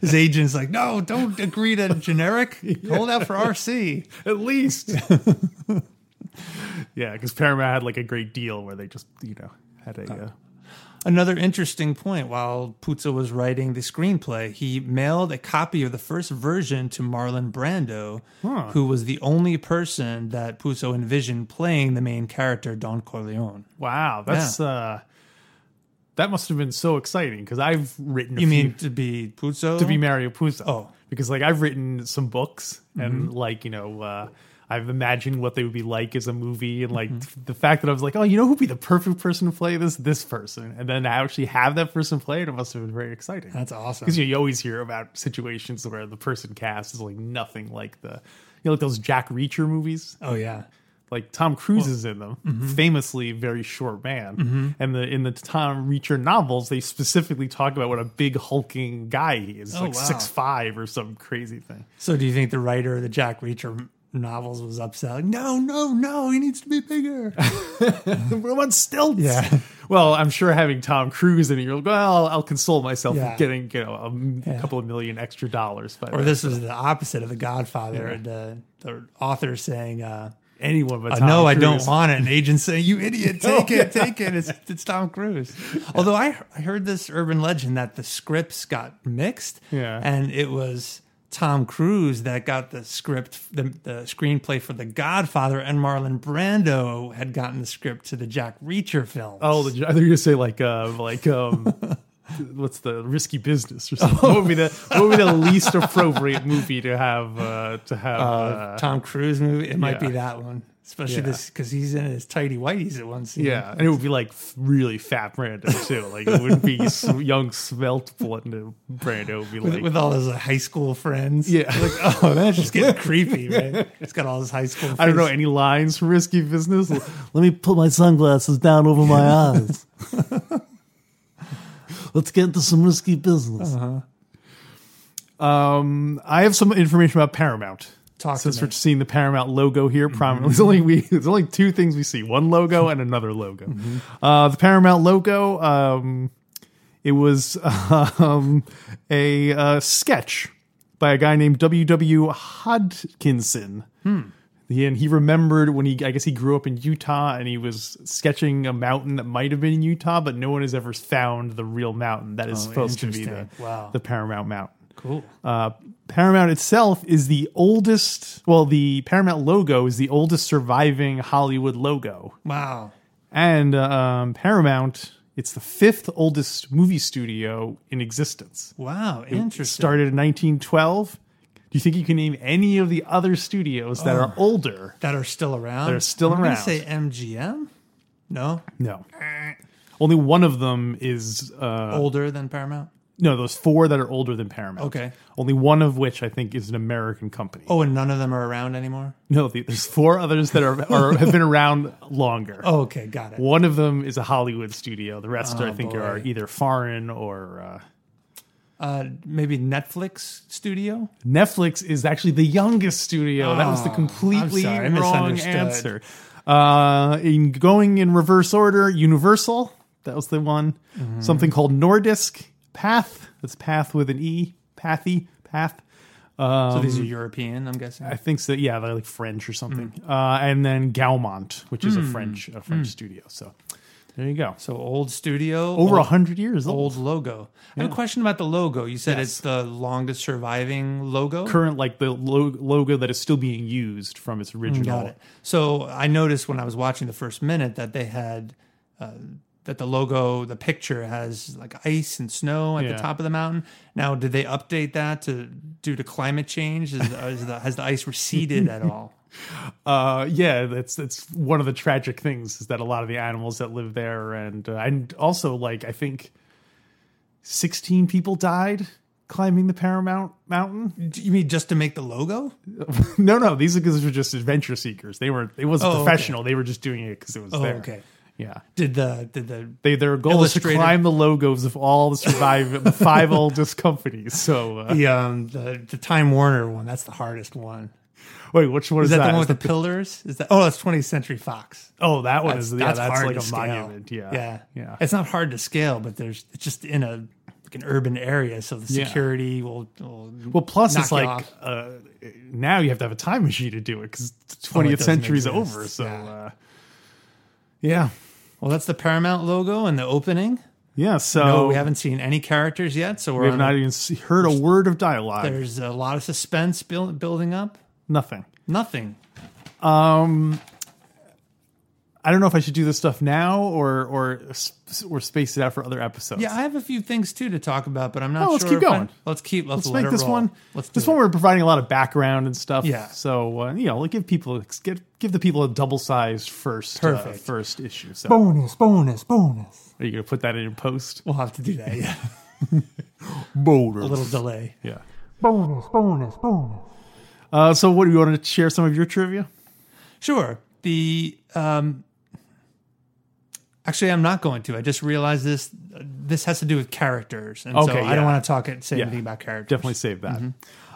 [SPEAKER 2] his agent's like, no, don't agree to generic. Hold out for RC.
[SPEAKER 1] at least. yeah, because Paramount had like a great deal where they just you know had a uh,
[SPEAKER 2] Another interesting point while Puzo was writing the screenplay, he mailed a copy of the first version to Marlon Brando, who was the only person that Puzo envisioned playing the main character, Don Corleone.
[SPEAKER 1] wow. That's uh, that must have been so exciting because I've written. A
[SPEAKER 2] You
[SPEAKER 1] few,
[SPEAKER 2] mean to be Puzo?
[SPEAKER 1] to be Mario Puzo?
[SPEAKER 2] Oh. Mm-hmm.
[SPEAKER 1] because like I've written some books and like you know. uh I've imagined what they would be like as a movie, and like
[SPEAKER 2] Mm-hmm.
[SPEAKER 1] the fact that I was like, "Oh, you know who'd be the perfect person to play this? This person." And then I actually have that person play it. It must have been very exciting.
[SPEAKER 2] That's awesome.
[SPEAKER 1] because you, know, you always hear about situations where the person cast is like nothing like the you know like those Jack Reacher movies.
[SPEAKER 2] Oh, yeah.
[SPEAKER 1] Like Tom Cruise is in them,
[SPEAKER 2] mm-hmm.
[SPEAKER 1] famously very short man. And the in the Tom Reacher novels, they specifically talk about what a big hulking guy he is, like
[SPEAKER 2] Oh, wow.
[SPEAKER 1] six five or some crazy thing.
[SPEAKER 2] So do you think the writer of the Jack Reacher novels was upset? Like, no, no, no, he needs to be bigger.
[SPEAKER 1] We're on stilts.
[SPEAKER 2] Yeah.
[SPEAKER 1] Well, I'm sure having Tom Cruise in it, you're like, well, I'll console myself
[SPEAKER 2] Yeah.
[SPEAKER 1] with getting you know a m- couple of million extra dollars. But
[SPEAKER 2] or this was the opposite of The Godfather, the, the author saying, uh,
[SPEAKER 1] anyone but
[SPEAKER 2] Uh,
[SPEAKER 1] Tom
[SPEAKER 2] no, I don't
[SPEAKER 1] Cruise.
[SPEAKER 2] want it. An agent saying, "You idiot, take it, take it." It's, it's Tom Cruise. Although I I heard this urban legend that the scripts got mixed,
[SPEAKER 1] Yeah.
[SPEAKER 2] and it was Tom Cruise that got the script, the, the screenplay for The Godfather, and Marlon Brando had gotten the script to the Jack Reacher film.
[SPEAKER 1] Oh, the, I thought you were gonna say like uh, like um, what's the risky business or something? What would be the what would be
[SPEAKER 2] Oh.
[SPEAKER 1] the least appropriate movie to have uh, to have? Uh,
[SPEAKER 2] Tom Cruise movie. It might
[SPEAKER 1] yeah.
[SPEAKER 2] be that one, especially
[SPEAKER 1] Yeah.
[SPEAKER 2] this because he's in his tidy whities at one scene.
[SPEAKER 1] yeah, and it would be like really fat Brando too. Like it wouldn't be s- young svelte Brando. Brando It would be like
[SPEAKER 2] With all his uh, high school friends,
[SPEAKER 1] Yeah.
[SPEAKER 2] Like, oh, that's just getting creepy, man. He's got all his high school. Friends.
[SPEAKER 1] I don't know any lines from risky business. L- Let me put my sunglasses down over my eyes. Let's get into some risky business.
[SPEAKER 2] Uh-huh.
[SPEAKER 1] Um, I have some information about Paramount.
[SPEAKER 2] Talk to
[SPEAKER 1] since
[SPEAKER 2] me. Mm-hmm.
[SPEAKER 1] we're seeing the Paramount logo here prominently. There's only we there's only two things we see: one logo and another logo.
[SPEAKER 2] Mm-hmm.
[SPEAKER 1] Uh, the Paramount logo. Um, it was um, a uh, sketch by a guy named W.W. Hodgkinson.
[SPEAKER 2] Hmm.
[SPEAKER 1] He, and he remembered when he, I guess he grew up in Utah and he was sketching a mountain that might have been in Utah, but no one has ever found the real mountain that is supposed to be the,
[SPEAKER 2] Oh, interesting. Wow.
[SPEAKER 1] the Paramount Mountain.
[SPEAKER 2] Cool.
[SPEAKER 1] Uh, Paramount itself is the oldest, well, the Paramount logo is the oldest surviving Hollywood logo.
[SPEAKER 2] Wow.
[SPEAKER 1] And um, Paramount, it's the fifth oldest movie studio in existence.
[SPEAKER 2] Wow.
[SPEAKER 1] It
[SPEAKER 2] Interesting.
[SPEAKER 1] started in 1912. Do you think you can name any of the other studios that
[SPEAKER 2] Oh.
[SPEAKER 1] are older?
[SPEAKER 2] that are still around.
[SPEAKER 1] They're still
[SPEAKER 2] I'm gonna
[SPEAKER 1] around.
[SPEAKER 2] Say MGM. No,
[SPEAKER 1] No. Only one of them is uh,
[SPEAKER 2] older than Paramount.
[SPEAKER 1] no. Those four that are older than Paramount.
[SPEAKER 2] Okay.
[SPEAKER 1] Only one of which I think is an American company.
[SPEAKER 2] Oh, and none of them are around anymore.
[SPEAKER 1] No, the, there's four others that are, are have been around longer.
[SPEAKER 2] Oh, okay, got it.
[SPEAKER 1] One of them is a Hollywood studio. The rest, I think,
[SPEAKER 2] Ah, boy.
[SPEAKER 1] are either foreign or uh,
[SPEAKER 2] Uh, maybe Netflix studio.
[SPEAKER 1] Netflix is actually the youngest studio. that was the
[SPEAKER 2] Ah, I'm
[SPEAKER 1] completely
[SPEAKER 2] sorry, I
[SPEAKER 1] wrong
[SPEAKER 2] misunderstood.
[SPEAKER 1] answer. Uh, in going in reverse order, Universal. That was the one.
[SPEAKER 2] Mm-hmm.
[SPEAKER 1] Something called Nordisk Path. That's Path with an E. Pathy Path.
[SPEAKER 2] so these are European, I'm guessing.
[SPEAKER 1] I think so. Yeah, they're like French or something.
[SPEAKER 2] Mm.
[SPEAKER 1] Uh, and then Gaumont, which is a French a French studio. So there you go.
[SPEAKER 2] so old studio,
[SPEAKER 1] Over a
[SPEAKER 2] old,
[SPEAKER 1] hundred years old.
[SPEAKER 2] old logo. I have a question about the logo. You said it's the longest surviving logo.
[SPEAKER 1] Current like the lo- logo that is still being used from its original.
[SPEAKER 2] Mm, Got it. So I noticed when I was watching the first minute that they had uh, that the logo, the picture has like ice and snow at
[SPEAKER 1] Yeah.
[SPEAKER 2] the top of the mountain. Now, did they update that to due to climate change? Is, uh, is the, has the ice receded at all?
[SPEAKER 1] Uh, yeah, that's that's one of the tragic things is that a lot of the animals that live there and uh, and also like I think sixteen people died climbing the Paramount Mountain.
[SPEAKER 2] Do you mean just to make the logo?
[SPEAKER 1] no, no, these are these were just adventure seekers. They weren't. It wasn't
[SPEAKER 2] Oh, okay.
[SPEAKER 1] professional. They were just doing it because it was
[SPEAKER 2] Oh,
[SPEAKER 1] there.
[SPEAKER 2] okay.
[SPEAKER 1] Yeah.
[SPEAKER 2] Did the did the
[SPEAKER 1] They, their goal is to
[SPEAKER 2] Illustrated.
[SPEAKER 1] climb the logos of all the survive the five oldest companies. So uh,
[SPEAKER 2] the um the, the Time Warner one? That's the hardest one.
[SPEAKER 1] wait, which one is,
[SPEAKER 2] Is that,
[SPEAKER 1] that?
[SPEAKER 2] the one
[SPEAKER 1] Is
[SPEAKER 2] with the pillars? Is that oh that's 20th Century Fox.
[SPEAKER 1] Oh, that one is yeah. That's,
[SPEAKER 2] hard
[SPEAKER 1] like
[SPEAKER 2] to
[SPEAKER 1] a
[SPEAKER 2] scale.
[SPEAKER 1] monument. Yeah,
[SPEAKER 2] yeah,
[SPEAKER 1] yeah.
[SPEAKER 2] It's not hard to scale, but there's it's just in a like an urban area, so the
[SPEAKER 1] Yeah.
[SPEAKER 2] security will, will.
[SPEAKER 1] well, plus it's
[SPEAKER 2] knock you
[SPEAKER 1] like
[SPEAKER 2] off. Oh,
[SPEAKER 1] uh, now you have to have a time machine to do it because twentieth
[SPEAKER 2] doesn't
[SPEAKER 1] century's
[SPEAKER 2] exist.
[SPEAKER 1] over. So
[SPEAKER 2] Yeah.
[SPEAKER 1] uh, yeah,
[SPEAKER 2] Well, that's the Paramount logo and the opening.
[SPEAKER 1] yeah. So
[SPEAKER 2] No, we haven't seen any characters yet, so we're
[SPEAKER 1] Oh. we
[SPEAKER 2] on
[SPEAKER 1] have not
[SPEAKER 2] a-
[SPEAKER 1] even s- heard a word of dialogue.
[SPEAKER 2] there's a lot of suspense build, building up.
[SPEAKER 1] Nothing.
[SPEAKER 2] Nothing.
[SPEAKER 1] I don't know if I should do this stuff now or or s- or space it out for other episodes.
[SPEAKER 2] Yeah, I have a few things too to talk about, but I'm not.
[SPEAKER 1] Oh, let's
[SPEAKER 2] sure
[SPEAKER 1] keep
[SPEAKER 2] if I-
[SPEAKER 1] going.
[SPEAKER 2] let's keep. Let's,
[SPEAKER 1] let's
[SPEAKER 2] let
[SPEAKER 1] make
[SPEAKER 2] it
[SPEAKER 1] this
[SPEAKER 2] roll.
[SPEAKER 1] one.
[SPEAKER 2] Let's do
[SPEAKER 1] this one
[SPEAKER 2] it.
[SPEAKER 1] we're providing a lot of background and stuff.
[SPEAKER 2] Yeah.
[SPEAKER 1] So uh, you know, like give people give give the people a double sized first uh,
[SPEAKER 2] Perfect.
[SPEAKER 1] first issue. So
[SPEAKER 2] Bonus, bonus, bonus.
[SPEAKER 1] are you gonna put that in post?
[SPEAKER 2] We'll have to do that. Yeah,
[SPEAKER 1] Bonus.
[SPEAKER 2] a little delay.
[SPEAKER 1] Yeah.
[SPEAKER 2] Bonus, bonus, bonus.
[SPEAKER 1] Uh, so what do you want to share some of your trivia?
[SPEAKER 2] Sure. The um, actually, I'm not going to. I just realized this. This has to do with characters, and so
[SPEAKER 1] Okay,
[SPEAKER 2] I
[SPEAKER 1] yeah.
[SPEAKER 2] don't want to talk it, say
[SPEAKER 1] Yeah.
[SPEAKER 2] anything about characters.
[SPEAKER 1] Definitely save that.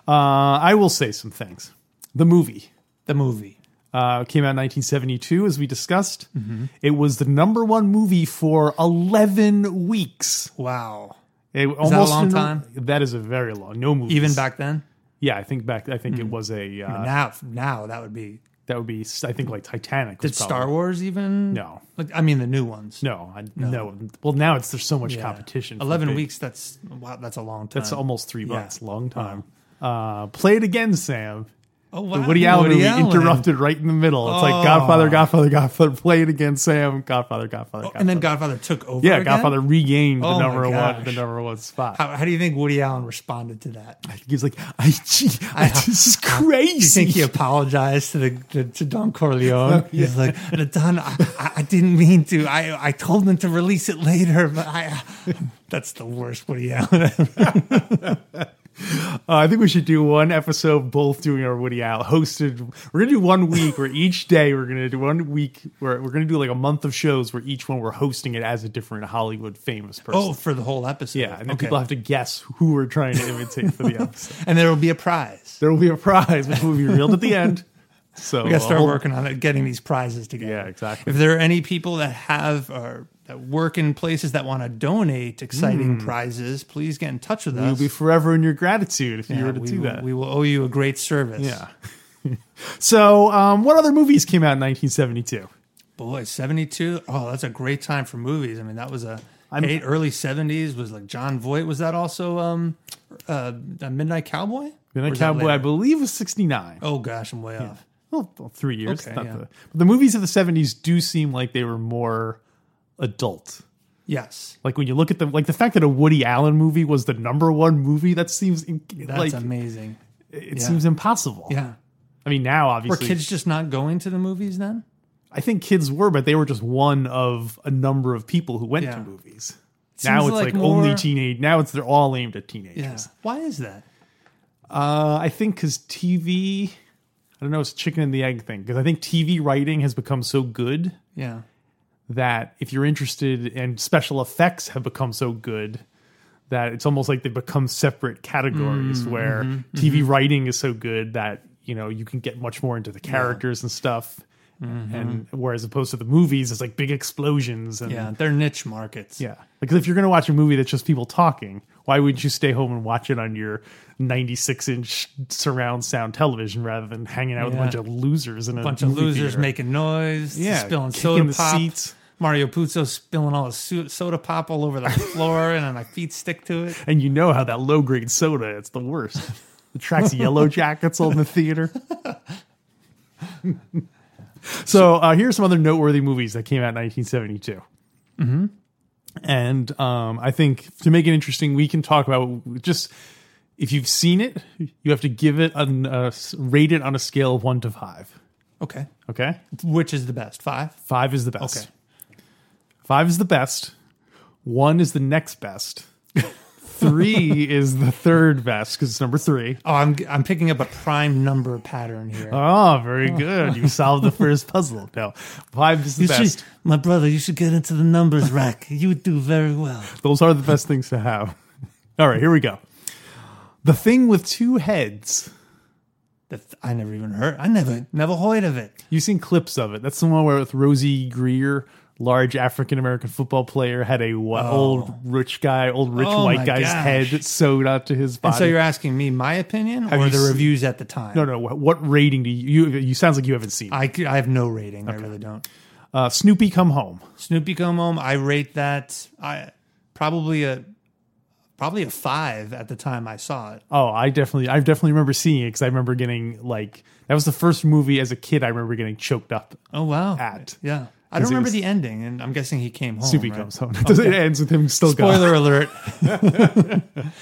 [SPEAKER 1] Uh, I will say some things. The movie
[SPEAKER 2] the movie.
[SPEAKER 1] uh, came out in 1972, as we discussed.
[SPEAKER 2] Mm-hmm.
[SPEAKER 1] It was the number one movie for 11 weeks.
[SPEAKER 2] Wow.
[SPEAKER 1] It
[SPEAKER 2] a
[SPEAKER 1] almost
[SPEAKER 2] long
[SPEAKER 1] in-
[SPEAKER 2] time?
[SPEAKER 1] That is a very long. No movie.
[SPEAKER 2] Even back then.
[SPEAKER 1] Yeah, I think back. I think it was a. Uh,
[SPEAKER 2] now, now that would be.
[SPEAKER 1] That would be, I think, like Titanic.
[SPEAKER 2] Did
[SPEAKER 1] Was
[SPEAKER 2] Star
[SPEAKER 1] probably-
[SPEAKER 2] Wars even?
[SPEAKER 1] No.
[SPEAKER 2] Like I mean, the new ones.
[SPEAKER 1] No, I, no, Well, now it's there's so much
[SPEAKER 2] Yeah.
[SPEAKER 1] competition. for
[SPEAKER 2] Eleven
[SPEAKER 1] big-
[SPEAKER 2] weeks. That's wow. That's a long time.
[SPEAKER 1] That's almost three months. Long time. Uh, play it again, Sam.
[SPEAKER 2] Oh
[SPEAKER 1] The
[SPEAKER 2] wow.
[SPEAKER 1] Woody Allen movie
[SPEAKER 2] Allen.
[SPEAKER 1] interrupted right in the middle. It's
[SPEAKER 2] Oh. Oh,
[SPEAKER 1] like Godfather, Godfather, Godfather. Play it again, Sam. Godfather, Godfather, Godfather.
[SPEAKER 2] And then Godfather took over.
[SPEAKER 1] yeah,
[SPEAKER 2] again?
[SPEAKER 1] Godfather regained
[SPEAKER 2] Oh
[SPEAKER 1] the
[SPEAKER 2] my
[SPEAKER 1] number one, the
[SPEAKER 2] gosh.
[SPEAKER 1] number one spot.
[SPEAKER 2] How, how do you think Woody Allen responded to that?
[SPEAKER 1] he was like, I, gee, I, this is crazy.
[SPEAKER 2] You think he apologized to the to, to Don Corleone?
[SPEAKER 1] Oh,
[SPEAKER 2] He's like, Don, I, I- I didn't mean to. I I told them to release it later, but I. That's the worst Woody Allen.
[SPEAKER 1] Uh, I think we should do one episode, both doing our Woody Allen hosted. We're gonna do one week where each day we're gonna do one week where we're gonna do like a month of shows where each one we're hosting it as a different Hollywood famous person.
[SPEAKER 2] oh, for the whole episode.
[SPEAKER 1] yeah, and then people have to guess who we're trying to imitate for the episode.
[SPEAKER 2] and there will be a prize.
[SPEAKER 1] There will be a prize, which will be revealed at the end. So
[SPEAKER 2] We got to start
[SPEAKER 1] uh,
[SPEAKER 2] working on it, getting these prizes together.
[SPEAKER 1] Yeah, exactly.
[SPEAKER 2] If there are any people that have or that work in places that want to donate exciting prizes, please get in touch with
[SPEAKER 1] You'll
[SPEAKER 2] us.
[SPEAKER 1] Hmm. be forever in your gratitude if you
[SPEAKER 2] Yeah,
[SPEAKER 1] were to
[SPEAKER 2] we
[SPEAKER 1] do
[SPEAKER 2] will-
[SPEAKER 1] that.
[SPEAKER 2] We will owe you a great service.
[SPEAKER 1] yeah. so, um, what other movies came out in 1972?
[SPEAKER 2] Boy, 72. Oh, that's a great time for movies. I mean, that was a
[SPEAKER 1] I'm-
[SPEAKER 2] eight, early 70s was like John Voight. Was that also um uh a Midnight Cowboy? Or
[SPEAKER 1] Midnight
[SPEAKER 2] was that
[SPEAKER 1] Cowboy, I
[SPEAKER 2] later?
[SPEAKER 1] believe, was 69.
[SPEAKER 2] Oh gosh, I'm way off.
[SPEAKER 1] well, well, three years.
[SPEAKER 2] Okay,
[SPEAKER 1] not
[SPEAKER 2] yeah.
[SPEAKER 1] the, but the movies of the seventies do seem like they were more adult.
[SPEAKER 2] Yes.
[SPEAKER 1] Like when you look at the like the fact that a Woody Allen movie was the number one movie that seems in-
[SPEAKER 2] That's
[SPEAKER 1] like
[SPEAKER 2] amazing.
[SPEAKER 1] it
[SPEAKER 2] yeah.
[SPEAKER 1] seems impossible.
[SPEAKER 2] Yeah.
[SPEAKER 1] I mean now
[SPEAKER 2] Were
[SPEAKER 1] obviously
[SPEAKER 2] kids just not going to the movies then?
[SPEAKER 1] I think kids were, but they were just one of a number of people who went
[SPEAKER 2] Yeah.
[SPEAKER 1] to movies. now
[SPEAKER 2] seems
[SPEAKER 1] it's
[SPEAKER 2] like
[SPEAKER 1] like, only
[SPEAKER 2] more-
[SPEAKER 1] teenage. Now it's they're all aimed at teenagers.
[SPEAKER 2] Why is that?
[SPEAKER 1] Uh, I think because TV, I don't know, it's chicken and the egg thing. Because I think TV writing has become so good
[SPEAKER 2] Yeah.
[SPEAKER 1] that if you're interested and special effects have become so good that it's almost like they become separate categories
[SPEAKER 2] Mm,
[SPEAKER 1] where
[SPEAKER 2] mm-hmm,
[SPEAKER 1] TV writing is so good that you know you can get much more into the characters and stuff
[SPEAKER 2] Mm-hmm.
[SPEAKER 1] and whereas opposed to the movies it's like big explosions and
[SPEAKER 2] Yeah. They're niche markets.
[SPEAKER 1] yeah. because if you're going to watch a movie that's just people talking Why would you stay home and watch it on your 96 inch surround sound television rather than hanging out with a
[SPEAKER 2] Yeah.
[SPEAKER 1] bunch of losers in a
[SPEAKER 2] bunch of
[SPEAKER 1] movie
[SPEAKER 2] losers
[SPEAKER 1] theater?
[SPEAKER 2] making noise,
[SPEAKER 1] Yeah,
[SPEAKER 2] spilling
[SPEAKER 1] kicking
[SPEAKER 2] soda
[SPEAKER 1] the
[SPEAKER 2] pop.
[SPEAKER 1] seats.
[SPEAKER 2] Mario Puzo spilling all his su- soda pop all over the floor, and then my feet stick to it.
[SPEAKER 1] And you know how that low grade soda, it's the worst. It tracks yellow jackets on the theater. so uh, here's some other noteworthy movies that came out in 1972. And um, I think to make it interesting, we can talk about just if you've seen it, you have to give it an uh, s- rate it on a scale of one to five.
[SPEAKER 2] Okay,
[SPEAKER 1] Okay,
[SPEAKER 2] which is the best? Five.
[SPEAKER 1] five is the best.
[SPEAKER 2] Okay.
[SPEAKER 1] Five is the best. One is the next best. three is the third best because it's number three.
[SPEAKER 2] Oh, I'm I'm picking up a prime number pattern here.
[SPEAKER 1] Oh, very good. You solved the first puzzle. No, five is the
[SPEAKER 2] You
[SPEAKER 1] best.
[SPEAKER 2] should- my brother, you should get into the numbers rack. You would do very well.
[SPEAKER 1] Those are the best things to have. All right, here we go. The thing with two heads.
[SPEAKER 2] The th- I never even heard. I never never heard of it.
[SPEAKER 1] You've seen clips of it. That's the one where with Rosie Greer, large African American football player, had a wh- old rich guy, old rich
[SPEAKER 2] Oh
[SPEAKER 1] white
[SPEAKER 2] my
[SPEAKER 1] guy's
[SPEAKER 2] gosh.
[SPEAKER 1] head sewed onto his body.
[SPEAKER 2] So you're asking me my opinion or
[SPEAKER 1] you
[SPEAKER 2] the
[SPEAKER 1] seen-
[SPEAKER 2] reviews at the time?
[SPEAKER 1] no, no. wh- What rating do you? You, you sounds like you haven't seen. it.
[SPEAKER 2] I, c- I have no rating. I really don't.
[SPEAKER 1] Uh, Snoopy, come home.
[SPEAKER 2] Snoopy Come Home, I rate that I probably a probably a five at the time I saw it.
[SPEAKER 1] Oh, I definitely, I definitely remember seeing it because I remember getting like that was the first movie as a kid I remember getting choked up.
[SPEAKER 2] Oh wow!
[SPEAKER 1] At.
[SPEAKER 2] yeah, I
[SPEAKER 1] 'Cause
[SPEAKER 2] don't
[SPEAKER 1] it
[SPEAKER 2] remember
[SPEAKER 1] Ah. was-
[SPEAKER 2] the ending, and I'm guessing he came home.
[SPEAKER 1] Snoopy
[SPEAKER 2] right?
[SPEAKER 1] comes home. It ends with him still gone.
[SPEAKER 2] Spoiler alert! Wait,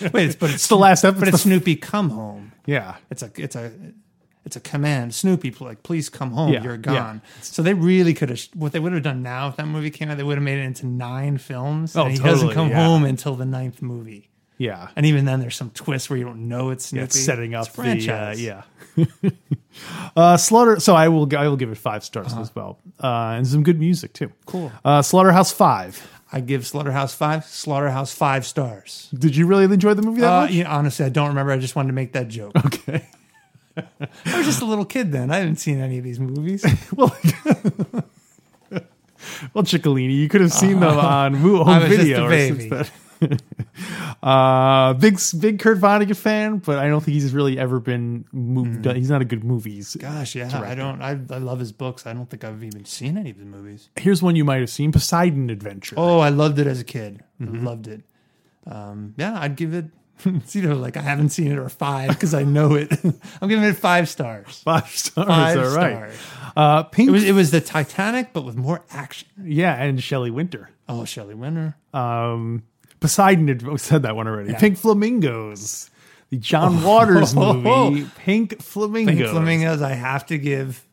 [SPEAKER 2] it's, but it's
[SPEAKER 1] It's the last episode.
[SPEAKER 2] but it's Snoopy Come Home.
[SPEAKER 1] yeah,
[SPEAKER 2] It's a it's a it's a command. Snoopy, pl- like please come home.
[SPEAKER 1] Yeah,
[SPEAKER 2] You're
[SPEAKER 1] yeah.
[SPEAKER 2] gone. So they really could have what they would have done now if that movie came out. They would have made it into nine films.
[SPEAKER 1] Oh,
[SPEAKER 2] and he doesn't
[SPEAKER 1] totally,
[SPEAKER 2] come
[SPEAKER 1] yeah.
[SPEAKER 2] home until the ninth movie.
[SPEAKER 1] yeah.
[SPEAKER 2] And even then, there's some twists where you don't know it's Snoopy.
[SPEAKER 1] It's setting up
[SPEAKER 2] It's
[SPEAKER 1] the uh,
[SPEAKER 2] franchise.
[SPEAKER 1] yeah. uh, Slaughter. So I will. I will give it five stars as well, uh, and some good music too.
[SPEAKER 2] Uh-huh. Cool.
[SPEAKER 1] Uh, Slaughterhouse Five.
[SPEAKER 2] I give Slaughterhouse Five. Slaughterhouse Five stars.
[SPEAKER 1] Did you really enjoy the movie that
[SPEAKER 2] Uh,
[SPEAKER 1] much?
[SPEAKER 2] you know, honestly, I don't remember. I just wanted to make that joke.
[SPEAKER 1] Okay.
[SPEAKER 2] I was just a little kid then. I hadn't seen any of these movies.
[SPEAKER 1] Well. Well, Ciccolini, you could have seen them on Moo home
[SPEAKER 2] Uh, I was just
[SPEAKER 1] video.
[SPEAKER 2] a
[SPEAKER 1] or
[SPEAKER 2] baby.
[SPEAKER 1] something. uh, big big Kurt Vonnegut fan, but I don't think he's really ever been
[SPEAKER 2] Hmm.
[SPEAKER 1] moved. He's not a good movies.
[SPEAKER 2] Gosh, yeah, I don't. I, I love his books. I don't think I've even seen any of the movies.
[SPEAKER 1] Here's one you might have seen: Poseidon Adventure.
[SPEAKER 2] Oh, I loved it as a kid.
[SPEAKER 1] Mm-hmm.
[SPEAKER 2] Loved it. Um, yeah, I'd give it. It's either like I haven't seen it or five because I know it. I'm giving it five stars.
[SPEAKER 1] Five stars.
[SPEAKER 2] Five
[SPEAKER 1] all right.
[SPEAKER 2] stars.
[SPEAKER 1] Uh, Pink.
[SPEAKER 2] It was it was the Titanic, but with more action.
[SPEAKER 1] yeah, and Shelley Winter.
[SPEAKER 2] Oh, Shelley Winter.
[SPEAKER 1] Um, Poseidon. Ad- we said that one already.
[SPEAKER 2] Yeah. Oh.
[SPEAKER 1] Pink Flamingos. The John Waters movie, Pink Flamingos.
[SPEAKER 2] Pink Flamingos, I have to give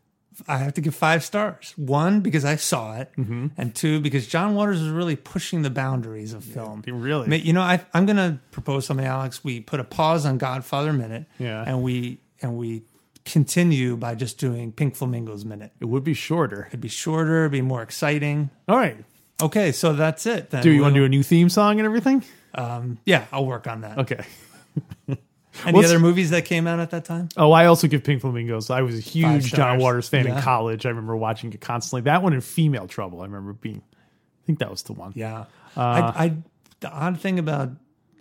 [SPEAKER 2] I have to give five stars. One, because I saw it,
[SPEAKER 1] Mm-hmm.
[SPEAKER 2] and two, because John Waters is really pushing the boundaries of film.
[SPEAKER 1] he really-
[SPEAKER 2] Ma- you know, I, I'm going to propose something, Alex. We put a pause on Godfather Minute,
[SPEAKER 1] Yeah.
[SPEAKER 2] and we and we continue by just doing Pink Flamingos Minute.
[SPEAKER 1] It would be shorter.
[SPEAKER 2] It'd be shorter, be more exciting.
[SPEAKER 1] All right.
[SPEAKER 2] Okay, so that's it. Then.
[SPEAKER 1] Do you want to do a new theme song and everything?
[SPEAKER 2] Um, yeah, I'll work on that.
[SPEAKER 1] Okay.
[SPEAKER 2] Any
[SPEAKER 1] Let's-
[SPEAKER 2] other movies that came out at that time?
[SPEAKER 1] Oh, I also give Pink Flamingos. I was a
[SPEAKER 2] Five
[SPEAKER 1] huge John
[SPEAKER 2] stars.
[SPEAKER 1] Waters fan in
[SPEAKER 2] Yeah.
[SPEAKER 1] college. I remember watching it constantly. That one in Female Trouble, I remember being. I think that was the one.
[SPEAKER 2] Yeah. I, I the odd thing about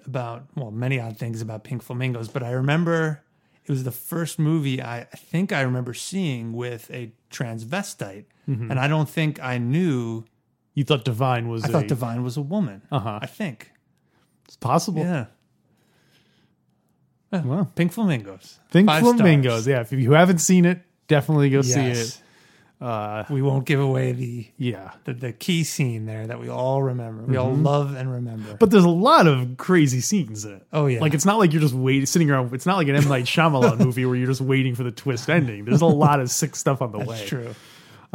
[SPEAKER 2] about well, many odd things about Pink Flamingos, but I remember it was the first movie I, I think I remember seeing with a transvestite, and I don't think I knew.
[SPEAKER 1] You thought Divine was.
[SPEAKER 2] Mm-hmm. I
[SPEAKER 1] a-
[SPEAKER 2] thought Divine was a woman. Uh-huh. I think.
[SPEAKER 1] It's possible.
[SPEAKER 2] Yeah. Yeah.
[SPEAKER 1] Wow.
[SPEAKER 2] Pink Flamingos.
[SPEAKER 1] Pink
[SPEAKER 2] Five
[SPEAKER 1] Flamingos.
[SPEAKER 2] stars.
[SPEAKER 1] Yeah. If you haven't seen it, definitely go see
[SPEAKER 2] Yes.
[SPEAKER 1] it. Uh,
[SPEAKER 2] We won't give away the,
[SPEAKER 1] yeah.
[SPEAKER 2] the the key scene there that we all remember. We all love and remember.
[SPEAKER 1] But there's a lot of crazy scenes in it.
[SPEAKER 2] Oh, yeah.
[SPEAKER 1] Like it's not like you're just waiting, sitting around. It's not like an M Night Shyamalan movie where you're just waiting for the twist ending. There's a lot of sick stuff on the way.
[SPEAKER 2] it's true.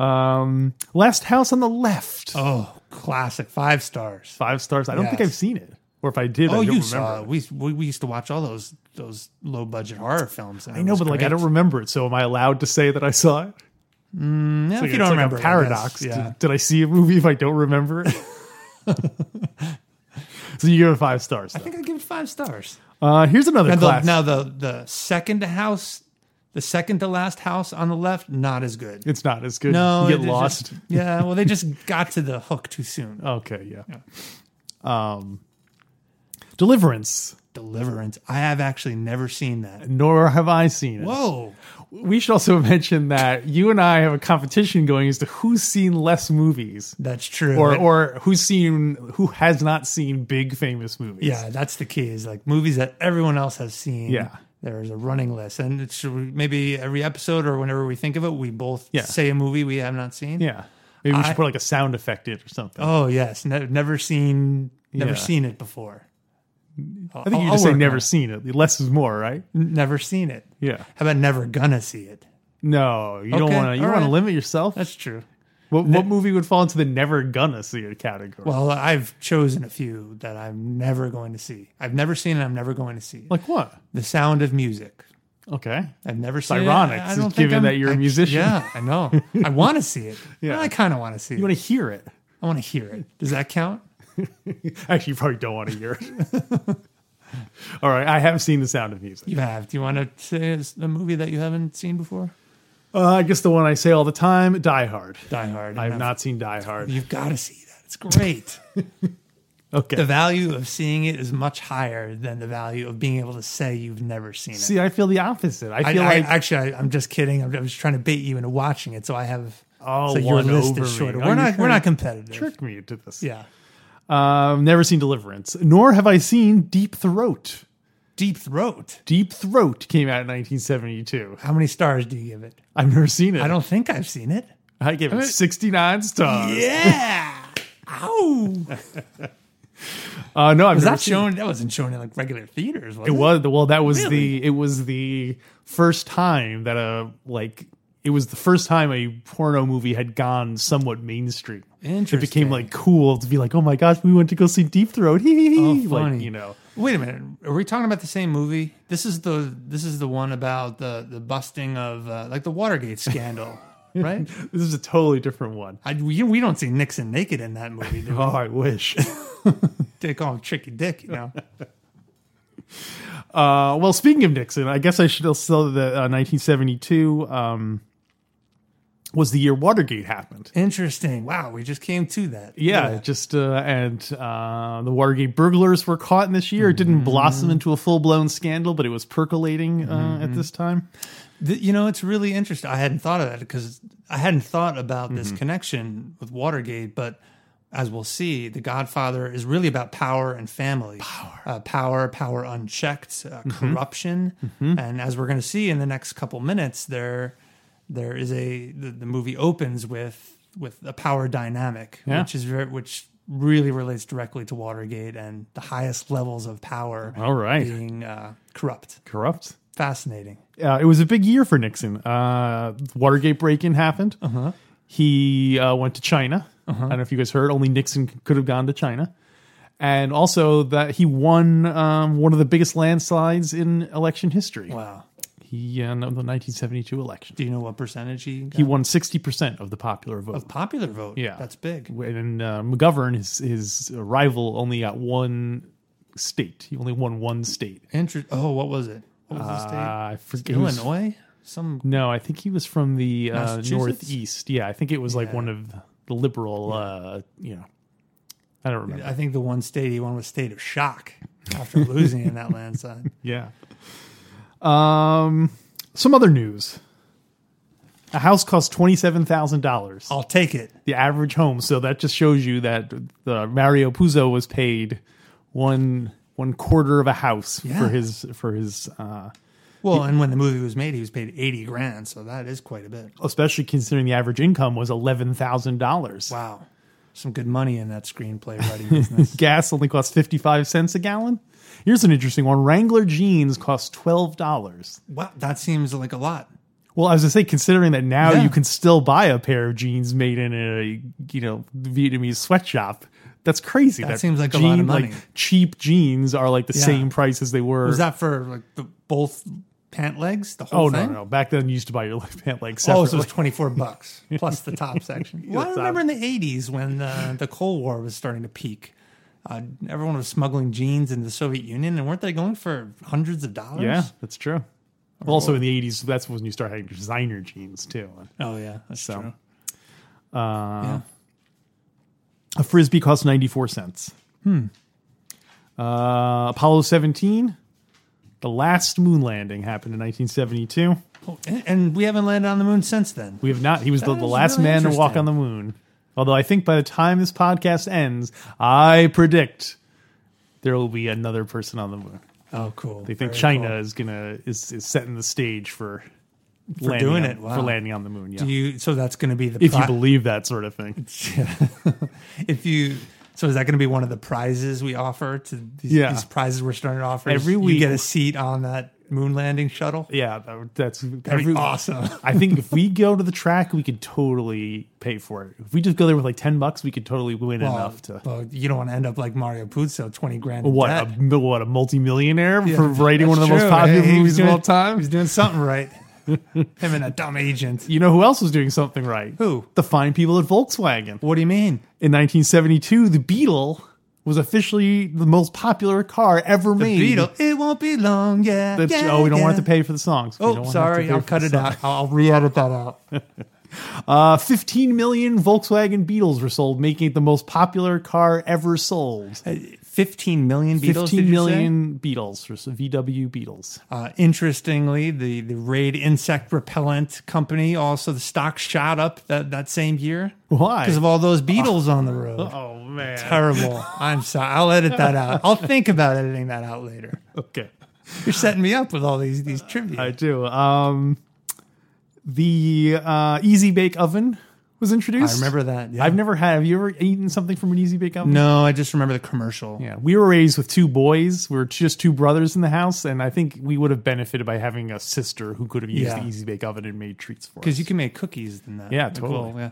[SPEAKER 1] Um, Last House on the Left.
[SPEAKER 2] Oh, classic. Five stars.
[SPEAKER 1] Five stars. I don't think
[SPEAKER 2] Yes.
[SPEAKER 1] I've seen it, or if I did,
[SPEAKER 2] Oh,
[SPEAKER 1] I don't
[SPEAKER 2] you
[SPEAKER 1] remember.
[SPEAKER 2] saw it. We, we we used to watch all those those low budget horror films.
[SPEAKER 1] I know, but like I don't remember it. So am I allowed to say that I saw it?
[SPEAKER 2] remember.
[SPEAKER 1] Like,
[SPEAKER 2] if you
[SPEAKER 1] it's
[SPEAKER 2] don't
[SPEAKER 1] like
[SPEAKER 2] remember,
[SPEAKER 1] a
[SPEAKER 2] I
[SPEAKER 1] paradox.
[SPEAKER 2] guess. Yeah,
[SPEAKER 1] Did, did I see a movie if I don't remember it? so you give it five stars.
[SPEAKER 2] I think I give it five stars.
[SPEAKER 1] though. Uh, here's another
[SPEAKER 2] Now the,
[SPEAKER 1] class.
[SPEAKER 2] now the the second house, the second to last house on the left, not as good.
[SPEAKER 1] it's not as good.
[SPEAKER 2] No,
[SPEAKER 1] you
[SPEAKER 2] it
[SPEAKER 1] get
[SPEAKER 2] is
[SPEAKER 1] lost. Oh.
[SPEAKER 2] just- yeah, well, they just got to the hook too soon.
[SPEAKER 1] Okay, yeah. Um, Deliverance.
[SPEAKER 2] Deliverance. I have actually never seen that.
[SPEAKER 1] Nor have I seen it.
[SPEAKER 2] Whoa.
[SPEAKER 1] We should also mention that you and I have a competition going as to who's seen less movies.
[SPEAKER 2] That's true.
[SPEAKER 1] Or, or who's seen who has not seen big famous movies.
[SPEAKER 2] yeah, that's the key is like movies that everyone else has seen.
[SPEAKER 1] Yeah.
[SPEAKER 2] There's a running list. And it's maybe every episode or whenever we think of it, we both
[SPEAKER 1] Yeah.
[SPEAKER 2] say a movie we have not seen.
[SPEAKER 1] Yeah. Maybe we should
[SPEAKER 2] I-
[SPEAKER 1] put like a sound effect in or something.
[SPEAKER 2] Oh yes. Ne- never seen never
[SPEAKER 1] Yeah.
[SPEAKER 2] seen it before. I
[SPEAKER 1] I think you just say never seen it. Less is more, right?
[SPEAKER 2] never seen it.
[SPEAKER 1] Yeah.
[SPEAKER 2] How about never gonna see it?
[SPEAKER 1] No, you don't
[SPEAKER 2] Okay,
[SPEAKER 1] want to. You
[SPEAKER 2] all
[SPEAKER 1] want to
[SPEAKER 2] right.
[SPEAKER 1] limit yourself.
[SPEAKER 2] That's true.
[SPEAKER 1] what, what movie would fall into the never gonna see it category?
[SPEAKER 2] Well, I've chosen a few that I'm never going to see. I've never seen and I'm never going to see.
[SPEAKER 1] like what?
[SPEAKER 2] The Sound of Music.
[SPEAKER 1] Okay,
[SPEAKER 2] I've never seen
[SPEAKER 1] ironic,
[SPEAKER 2] it. I- I
[SPEAKER 1] since
[SPEAKER 2] don't think
[SPEAKER 1] given
[SPEAKER 2] I'm-
[SPEAKER 1] that you're a
[SPEAKER 2] I-
[SPEAKER 1] musician.
[SPEAKER 2] Yeah, I know. I want to see it.
[SPEAKER 1] Yeah.
[SPEAKER 2] I kind of want to see it.
[SPEAKER 1] you want to hear it?
[SPEAKER 2] I want to hear it. Does that count?
[SPEAKER 1] Actually, you probably don't want to hear it. All right, I have seen The Sound of Music.
[SPEAKER 2] You have. Do you want to say it's a movie that you haven't seen before?
[SPEAKER 1] Uh, I guess the one I say all the time, Die Hard.
[SPEAKER 2] Die Hard.
[SPEAKER 1] I have
[SPEAKER 2] I've-
[SPEAKER 1] not seen Die Hard.
[SPEAKER 2] You've got to see that. It's great.
[SPEAKER 1] Okay.
[SPEAKER 2] the value of seeing it is much higher than the value of being able to say you've never seen it.
[SPEAKER 1] See, I feel the opposite. I
[SPEAKER 2] I,
[SPEAKER 1] feel
[SPEAKER 2] I-
[SPEAKER 1] like
[SPEAKER 2] actually, I, I'm just kidding. I'm, I was trying to bait you into watching it, so I have.
[SPEAKER 1] Oh,
[SPEAKER 2] so your
[SPEAKER 1] one
[SPEAKER 2] list
[SPEAKER 1] over me.
[SPEAKER 2] is shorter.
[SPEAKER 1] Oh,
[SPEAKER 2] We're
[SPEAKER 1] you're
[SPEAKER 2] not. We're
[SPEAKER 1] trying
[SPEAKER 2] not
[SPEAKER 1] to
[SPEAKER 2] competitive.
[SPEAKER 1] trick me into this.
[SPEAKER 2] Yeah.
[SPEAKER 1] Um, never seen Deliverance, nor have I seen Deep Throat.
[SPEAKER 2] Deep Throat.
[SPEAKER 1] Deep Throat came out in 1972.
[SPEAKER 2] How many stars do you give it?
[SPEAKER 1] I've never seen it.
[SPEAKER 2] I don't think I've seen it.
[SPEAKER 1] I gave it 69 stars.
[SPEAKER 2] Yeah. Ow.
[SPEAKER 1] Uh, no, I've
[SPEAKER 2] Was
[SPEAKER 1] never seen it.
[SPEAKER 2] that shown? That wasn't shown in like regular theaters. Was it,
[SPEAKER 1] It was well. That was
[SPEAKER 2] Really?
[SPEAKER 1] the. It was the first time that a like. It was the first time a porno movie had gone somewhat mainstream. It
[SPEAKER 2] Interesting.
[SPEAKER 1] became like cool to be like, oh my gosh, we went to go see Deep Throat. Hee hee hee.
[SPEAKER 2] Oh,
[SPEAKER 1] Like
[SPEAKER 2] funny.
[SPEAKER 1] you know,
[SPEAKER 2] Wait a minute. Are we talking about the same movie? This is the this is the one about the the busting of uh, like the Watergate scandal, right?
[SPEAKER 1] this is a totally different one.
[SPEAKER 2] I, we, we don't see Nixon naked in that movie. Do we?
[SPEAKER 1] Oh, I wish.
[SPEAKER 2] They call him Tricky Dick, you know.
[SPEAKER 1] Uh, well, speaking of Nixon, I guess I should also that uh, 1972 um, was the year Watergate happened.
[SPEAKER 2] Interesting. Wow, we just came to that.
[SPEAKER 1] Yeah, just uh, and uh, the Watergate burglars were caught in this year. It didn't blossom into a full blown scandal, but it was percolating uh, at this time.
[SPEAKER 2] Th- you know, it's really interesting. I hadn't thought of that because I hadn't thought about this
[SPEAKER 1] Mm-hmm.
[SPEAKER 2] connection with Watergate, but as we'll see, The Godfather is really about power and family. Power. Uh, power, power unchecked,
[SPEAKER 1] Mm-hmm.
[SPEAKER 2] uh, corruption. And as we're going to see in the next couple minutes, there there is a the, the movie opens with with a power dynamic,
[SPEAKER 1] Yeah.
[SPEAKER 2] which is very, which really relates directly to Watergate and the highest levels of power
[SPEAKER 1] All right,
[SPEAKER 2] being uh, corrupt.
[SPEAKER 1] corrupt.
[SPEAKER 2] Fascinating.
[SPEAKER 1] Uh, it was a big year for Nixon. Uh, Watergate break in happened. Uh-huh. He uh, went to China.
[SPEAKER 2] Uh-huh.
[SPEAKER 1] I don't know if you guys heard. Only Nixon c- could have gone to China. And also that he won um, one of the biggest landslides in election history.
[SPEAKER 2] Wow.
[SPEAKER 1] He uh, no, the 1972 election.
[SPEAKER 2] Do you know what percentage he got?
[SPEAKER 1] He won 60 percent of the popular vote.
[SPEAKER 2] popular vote.
[SPEAKER 1] Yeah.
[SPEAKER 2] that's big.
[SPEAKER 1] and uh, McGovern, his his rival, only got one state. He only won one state.
[SPEAKER 2] Interest. Oh, what was it? What was
[SPEAKER 1] Uh,
[SPEAKER 2] the
[SPEAKER 1] I forget.
[SPEAKER 2] state?
[SPEAKER 1] he was-
[SPEAKER 2] Illinois. Some.
[SPEAKER 1] no, I think he was from the uh,
[SPEAKER 2] Massachusetts?
[SPEAKER 1] northeast. Yeah, I think it was like
[SPEAKER 2] Yeah.
[SPEAKER 1] one of the liberal. Uh, you know, I don't remember.
[SPEAKER 2] I think the one state he won was state of shock after losing in that landslide.
[SPEAKER 1] Yeah. Um, some other news. A house costs twenty seven thousand dollars.
[SPEAKER 2] I'll take it.
[SPEAKER 1] the average home. So that just shows you that the Mario Puzo was paid one one quarter of a house
[SPEAKER 2] Yeah.
[SPEAKER 1] for his for his uh,
[SPEAKER 2] Well, and when the movie was made, he was paid eighty grand, so that is quite a bit.
[SPEAKER 1] especially considering the average income was eleven thousand dollars.
[SPEAKER 2] Wow, some good money in that screenplay writing business.
[SPEAKER 1] Gas only costs fifty five cents a gallon. Here's an interesting one. Wrangler jeans cost twelve dollars.
[SPEAKER 2] wow, that seems like a lot.
[SPEAKER 1] Well, I was gonna say, considering that now
[SPEAKER 2] Yeah.
[SPEAKER 1] you can still buy a pair of jeans made in a you know Vietnamese sweatshop, that's crazy. That,
[SPEAKER 2] seems like a lot of money.
[SPEAKER 1] Like cheap jeans are like the
[SPEAKER 2] Yeah.
[SPEAKER 1] same price as they were.
[SPEAKER 2] Was that for like the, both pant legs? The whole
[SPEAKER 1] Oh
[SPEAKER 2] thing?
[SPEAKER 1] no, no! Back then, you used to buy your left pant like
[SPEAKER 2] Oh,
[SPEAKER 1] separately.
[SPEAKER 2] so it was 24 bucks plus the top section. uh, Well, I
[SPEAKER 1] That's
[SPEAKER 2] remember in the 80s when uh, the Cold War was starting to peak. Uh, everyone was smuggling jeans into the Soviet Union, and weren't they going for hundreds of dollars?
[SPEAKER 1] yeah, that's true. Well, also in the '80s, that's when you start having designer jeans too.
[SPEAKER 2] Oh, yeah. That's
[SPEAKER 1] So,
[SPEAKER 2] true. Hmm.
[SPEAKER 1] A frisbee costs ninety four cents. Uh, Apollo 17, the last moon landing happened in 1972.
[SPEAKER 2] Oh, And, and we haven't landed on the moon since then.
[SPEAKER 1] We have not. He was the,
[SPEAKER 2] That
[SPEAKER 1] the
[SPEAKER 2] is
[SPEAKER 1] last
[SPEAKER 2] really
[SPEAKER 1] man to walk
[SPEAKER 2] interesting.
[SPEAKER 1] on the moon. Although I think by the time this podcast ends, I predict there will be another person on the moon.
[SPEAKER 2] Oh, cool.
[SPEAKER 1] They think China is gonna is, is setting the stage for, landing
[SPEAKER 2] doing
[SPEAKER 1] on-
[SPEAKER 2] it, wow.
[SPEAKER 1] for landing on the moon. Yeah,
[SPEAKER 2] Do you? So that's going to be the
[SPEAKER 1] if you
[SPEAKER 2] pri-
[SPEAKER 1] believe that sort of thing.
[SPEAKER 2] if you. So is that going to be one of the prizes we offer to these,
[SPEAKER 1] Yeah.
[SPEAKER 2] these prizes we're starting to offer? is
[SPEAKER 1] Every
[SPEAKER 2] you
[SPEAKER 1] week-
[SPEAKER 2] get a seat on that moon landing shuttle.
[SPEAKER 1] Yeah, that, would- that's
[SPEAKER 2] That'd be
[SPEAKER 1] every-
[SPEAKER 2] awesome.
[SPEAKER 1] I think if we go to the track, we could totally pay for it. If we just go there with like ten bucks, we could totally win enough to
[SPEAKER 2] Well, you don't want to end up like Mario Puzo, twenty grand. in
[SPEAKER 1] what
[SPEAKER 2] debt.
[SPEAKER 1] a what a multimillionaire for writing one of the
[SPEAKER 2] That's
[SPEAKER 1] most
[SPEAKER 2] true.
[SPEAKER 1] popular
[SPEAKER 2] Hey, he was
[SPEAKER 1] movies of
[SPEAKER 2] doing-
[SPEAKER 1] all time.
[SPEAKER 2] He's doing something right. Him and a dumb agent.
[SPEAKER 1] You know who else was doing something right?
[SPEAKER 2] Who?
[SPEAKER 1] The fine people at Volkswagen.
[SPEAKER 2] What do you mean?
[SPEAKER 1] In 1972, the Beetle was officially the most popular car ever made.
[SPEAKER 2] Beetle. It won't be long. Yeah.
[SPEAKER 1] That's-
[SPEAKER 2] yeah,
[SPEAKER 1] oh, we don't want
[SPEAKER 2] yeah.
[SPEAKER 1] to pay for the songs. We don't
[SPEAKER 2] Oh,
[SPEAKER 1] want to have to
[SPEAKER 2] sorry.
[SPEAKER 1] pay
[SPEAKER 2] I'll
[SPEAKER 1] for
[SPEAKER 2] cut
[SPEAKER 1] the
[SPEAKER 2] it
[SPEAKER 1] songs.
[SPEAKER 2] out. I'll I'll re-edit that out.
[SPEAKER 1] Uh, 15 million Volkswagen Beetles were sold, making it the most popular car ever sold.
[SPEAKER 2] Fifteen million Beatles.
[SPEAKER 1] 15
[SPEAKER 2] did you say?
[SPEAKER 1] million Beetles, or so- VW Beetles.
[SPEAKER 2] Uh, interestingly, the the Raid insect repellent company also the stock shot up that that same year
[SPEAKER 1] Why?
[SPEAKER 2] because of all those beetles on the road.
[SPEAKER 1] Oh, man.
[SPEAKER 2] Terrible. I'm sorry. I'll edit that out. I'll think about editing that out later.
[SPEAKER 1] Okay.
[SPEAKER 2] You're setting me up with all these these trivia.
[SPEAKER 1] I do. Um, the uh, Easy Bake Oven was introduced.
[SPEAKER 2] I remember that. Yeah.
[SPEAKER 1] I've never had. Have you ever eaten something from an Easy Bake Oven?
[SPEAKER 2] no, I just remember the commercial.
[SPEAKER 1] Yeah, we were raised with two boys. We were just two brothers in the house, and I think we would have benefited by having a sister who could have used
[SPEAKER 2] Yeah.
[SPEAKER 1] the Easy Bake Oven and made treats for us.
[SPEAKER 2] Because you can make cookies in that.
[SPEAKER 1] Yeah,
[SPEAKER 2] Like,
[SPEAKER 1] totally.
[SPEAKER 2] well, yeah.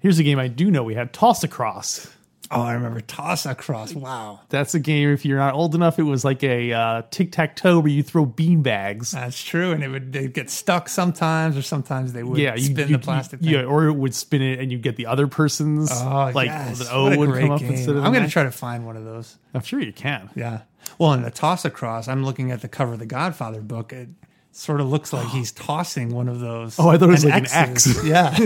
[SPEAKER 1] Here's a game I do know. We had Toss Across.
[SPEAKER 2] Oh, I remember toss across. Wow,
[SPEAKER 1] That's a game. If you're not old enough, it was like a uh, tic tac toe where you throw bean bags.
[SPEAKER 2] that's true. And it would they get stuck sometimes, or sometimes they would
[SPEAKER 1] yeah, you
[SPEAKER 2] spin
[SPEAKER 1] you-
[SPEAKER 2] the plastic.
[SPEAKER 1] you-
[SPEAKER 2] thing.
[SPEAKER 1] Yeah, or it would spin it, and you get the other person's.
[SPEAKER 2] Oh,
[SPEAKER 1] like
[SPEAKER 2] yes.
[SPEAKER 1] the O
[SPEAKER 2] What a
[SPEAKER 1] would
[SPEAKER 2] great
[SPEAKER 1] come up
[SPEAKER 2] game.
[SPEAKER 1] instead of.
[SPEAKER 2] I'm
[SPEAKER 1] the
[SPEAKER 2] going to
[SPEAKER 1] nine.
[SPEAKER 2] try to find one of those.
[SPEAKER 1] I'm sure you can.
[SPEAKER 2] Yeah. Well, in the toss across, I'm looking at the cover of the Godfather book. It sort of looks like he's tossing one of those.
[SPEAKER 1] Oh, I thought it was like an
[SPEAKER 2] X's. yeah.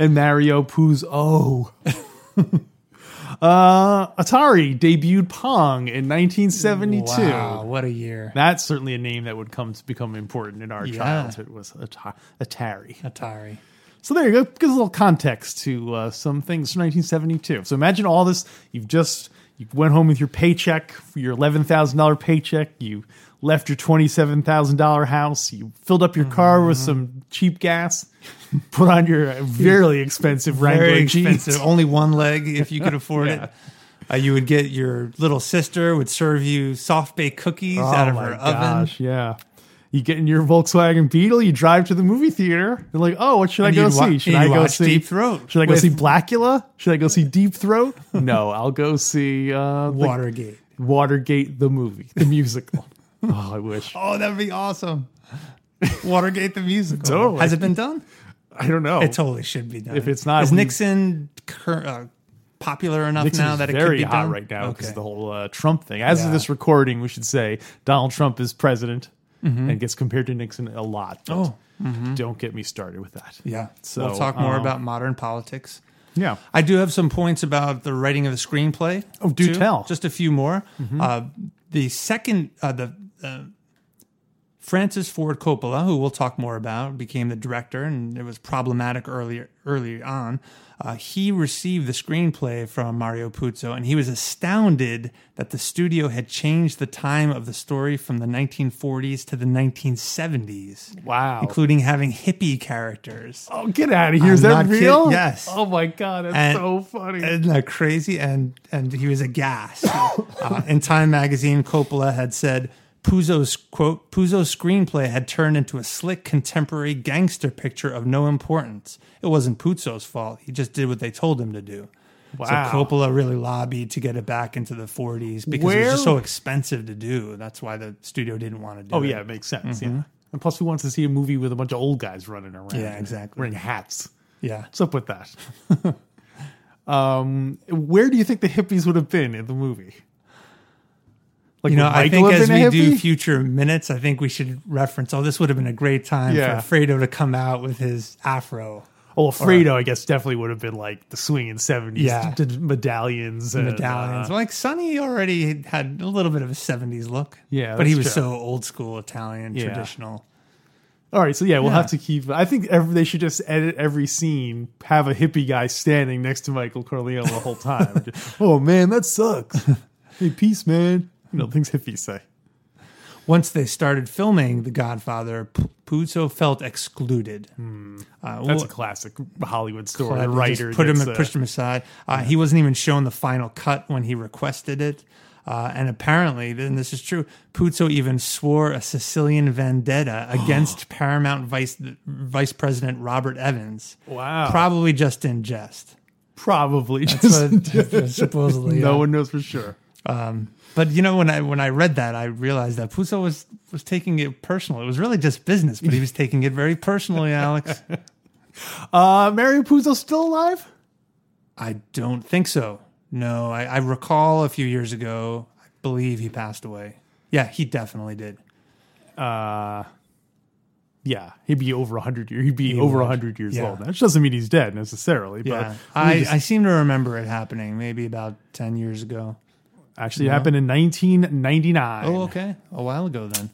[SPEAKER 1] and Mario poos oh. uh, Atari debuted Pong in 1972.
[SPEAKER 2] Wow, what a year.
[SPEAKER 1] That's certainly a name that would come to become important in our
[SPEAKER 2] Yeah.
[SPEAKER 1] childhood was Ata- Atari.
[SPEAKER 2] Atari.
[SPEAKER 1] So there you go. Gives a little context to uh, some things from 1972. So imagine all this. You've just you went home with your paycheck, your eleven thousand dollar paycheck. You left your twenty seven thousand dollar house. You filled up your car
[SPEAKER 2] Mm-hmm.
[SPEAKER 1] with some cheap gas. Put on your uh, very expensive Wrangler
[SPEAKER 2] Very
[SPEAKER 1] jeans.
[SPEAKER 2] expensive. Only one leg if you could afford
[SPEAKER 1] Yeah.
[SPEAKER 2] it. Uh, you would get your little sister would serve you soft baked cookies
[SPEAKER 1] Oh
[SPEAKER 2] out of
[SPEAKER 1] my
[SPEAKER 2] her oven.
[SPEAKER 1] gosh! Yeah. You get in your Volkswagen Beetle, you drive to the movie theater. You're like, oh, what should I
[SPEAKER 2] And
[SPEAKER 1] go
[SPEAKER 2] you'd wa-
[SPEAKER 1] see? Should
[SPEAKER 2] and
[SPEAKER 1] I
[SPEAKER 2] you'd
[SPEAKER 1] go
[SPEAKER 2] watch
[SPEAKER 1] see
[SPEAKER 2] Deep Throat
[SPEAKER 1] Should I go
[SPEAKER 2] with-
[SPEAKER 1] see Blackula? Should I go see Deep Throat? no, I'll go see uh, the-
[SPEAKER 2] Watergate.
[SPEAKER 1] Watergate the movie, the musical. oh, I wish.
[SPEAKER 2] Oh, that'd be awesome. Watergate the musical.
[SPEAKER 1] Totally.
[SPEAKER 2] Has it been done?
[SPEAKER 1] I don't know.
[SPEAKER 2] It totally should be done.
[SPEAKER 1] If it's not,
[SPEAKER 2] is
[SPEAKER 1] we-
[SPEAKER 2] Nixon cur- uh, popular enough
[SPEAKER 1] Nixon
[SPEAKER 2] now
[SPEAKER 1] is
[SPEAKER 2] that it could
[SPEAKER 1] very
[SPEAKER 2] be
[SPEAKER 1] hot
[SPEAKER 2] done?
[SPEAKER 1] right now because
[SPEAKER 2] Okay.
[SPEAKER 1] the whole uh, Trump thing. As of
[SPEAKER 2] Yeah.
[SPEAKER 1] this recording, we should say Donald Trump is president and gets compared to Nixon a lot. But
[SPEAKER 2] Oh.
[SPEAKER 1] don't get me started with that.
[SPEAKER 2] yeah.
[SPEAKER 1] So,
[SPEAKER 2] we'll talk more
[SPEAKER 1] um,
[SPEAKER 2] about modern politics.
[SPEAKER 1] Yeah.
[SPEAKER 2] I do have some points about the writing of the screenplay.
[SPEAKER 1] Oh, do
[SPEAKER 2] too.
[SPEAKER 1] tell. Mm-hmm.
[SPEAKER 2] Just a few more. Uh, the second, uh, the uh, Francis Ford Coppola, who we'll talk more about, became the director, and it was problematic earlier early on. Uh, he received the screenplay from Mario Puzo, and he was astounded that the studio had changed the time of the story from the 1940s to the 1970s,
[SPEAKER 1] Wow.
[SPEAKER 2] including having hippie characters.
[SPEAKER 1] Oh, get out of here. Is
[SPEAKER 2] I'm
[SPEAKER 1] that
[SPEAKER 2] not kidding.
[SPEAKER 1] real?
[SPEAKER 2] Yes.
[SPEAKER 1] Oh my god, that's
[SPEAKER 2] And-
[SPEAKER 1] so funny.
[SPEAKER 2] Isn't that crazy? And and he was aghast. uh, in Time magazine, Coppola had said Puzo's quote Puzo's screenplay had turned into a slick contemporary gangster picture of no importance. It wasn't Puzo's fault. He just did what they told him to do.
[SPEAKER 1] Wow.
[SPEAKER 2] So Coppola really lobbied to get it back into the 40s because it
[SPEAKER 1] Where-
[SPEAKER 2] was just so expensive to do. That's why the studio didn't want to do
[SPEAKER 1] oh
[SPEAKER 2] it.
[SPEAKER 1] yeah, it makes sense. Yeah. And plus, who wants to see a movie with a bunch of old guys running around?
[SPEAKER 2] Mm-hmm. Yeah,
[SPEAKER 1] and
[SPEAKER 2] exactly.
[SPEAKER 1] Wearing hats.
[SPEAKER 2] Yeah.
[SPEAKER 1] What's up with that? um, where do you think the hippies would have been in the movie? Like,
[SPEAKER 2] You know,
[SPEAKER 1] would
[SPEAKER 2] I
[SPEAKER 1] Michael
[SPEAKER 2] think
[SPEAKER 1] have
[SPEAKER 2] as
[SPEAKER 1] been
[SPEAKER 2] we
[SPEAKER 1] a
[SPEAKER 2] do
[SPEAKER 1] hippie?
[SPEAKER 2] future minutes, I think we should reference. Oh, this would have been a great time
[SPEAKER 1] Yeah.
[SPEAKER 2] for Fredo to come out with his afro.
[SPEAKER 1] Oh, well, Fredo, I guess, definitely would have been like the swinging seventies
[SPEAKER 2] Yeah.
[SPEAKER 1] d- d- medallions, and,
[SPEAKER 2] medallions.
[SPEAKER 1] uh,
[SPEAKER 2] like Sonny already had a little bit of a 70s look.
[SPEAKER 1] Yeah,
[SPEAKER 2] But he was
[SPEAKER 1] that's true.
[SPEAKER 2] so old school Italian,
[SPEAKER 1] Yeah.
[SPEAKER 2] traditional.
[SPEAKER 1] all right, so yeah, we'll
[SPEAKER 2] Yeah.
[SPEAKER 1] have to keep. I think every, they should just edit every scene, have a hippie guy standing next to Michael Corleone the whole time. Just, oh man, that sucks. hey, peace, man. You know things hippies say.
[SPEAKER 2] Once they started filming The Godfather, P- Puzo felt excluded.
[SPEAKER 1] Hmm.
[SPEAKER 2] Uh,
[SPEAKER 1] That's
[SPEAKER 2] well,
[SPEAKER 1] a classic Hollywood story.
[SPEAKER 2] But
[SPEAKER 1] The
[SPEAKER 2] they
[SPEAKER 1] writer
[SPEAKER 2] just put him
[SPEAKER 1] gets,
[SPEAKER 2] and
[SPEAKER 1] uh,
[SPEAKER 2] pushed him aside. Uh, He wasn't even shown the final cut when he requested it. Uh, and apparently, and this is true, Puzo even swore a Sicilian vendetta against Paramount Vice Vice President Robert Evans.
[SPEAKER 1] Wow.
[SPEAKER 2] Probably just in jest.
[SPEAKER 1] probably just
[SPEAKER 2] But supposedly,
[SPEAKER 1] no
[SPEAKER 2] yeah.
[SPEAKER 1] one knows for sure.
[SPEAKER 2] But you know, when I when I read that, I realized that Puzo was was taking it personal. It was really just business, but he was taking it very personally, Alex.
[SPEAKER 1] Uh, Mario Puzo still alive?
[SPEAKER 2] I don't think so. No, I, I recall a few years ago, I believe he passed away. Yeah, he definitely did.
[SPEAKER 1] Yeah, he'd be over hundred years. He'd be over
[SPEAKER 2] would.
[SPEAKER 1] hundred years
[SPEAKER 2] Yeah.
[SPEAKER 1] old. That doesn't mean he's dead necessarily.
[SPEAKER 2] Yeah.
[SPEAKER 1] but
[SPEAKER 2] I,
[SPEAKER 1] we just-
[SPEAKER 2] I seem to remember it happening maybe about 10 years ago.
[SPEAKER 1] actually it happened in 1999.
[SPEAKER 2] Oh, okay. A while ago then.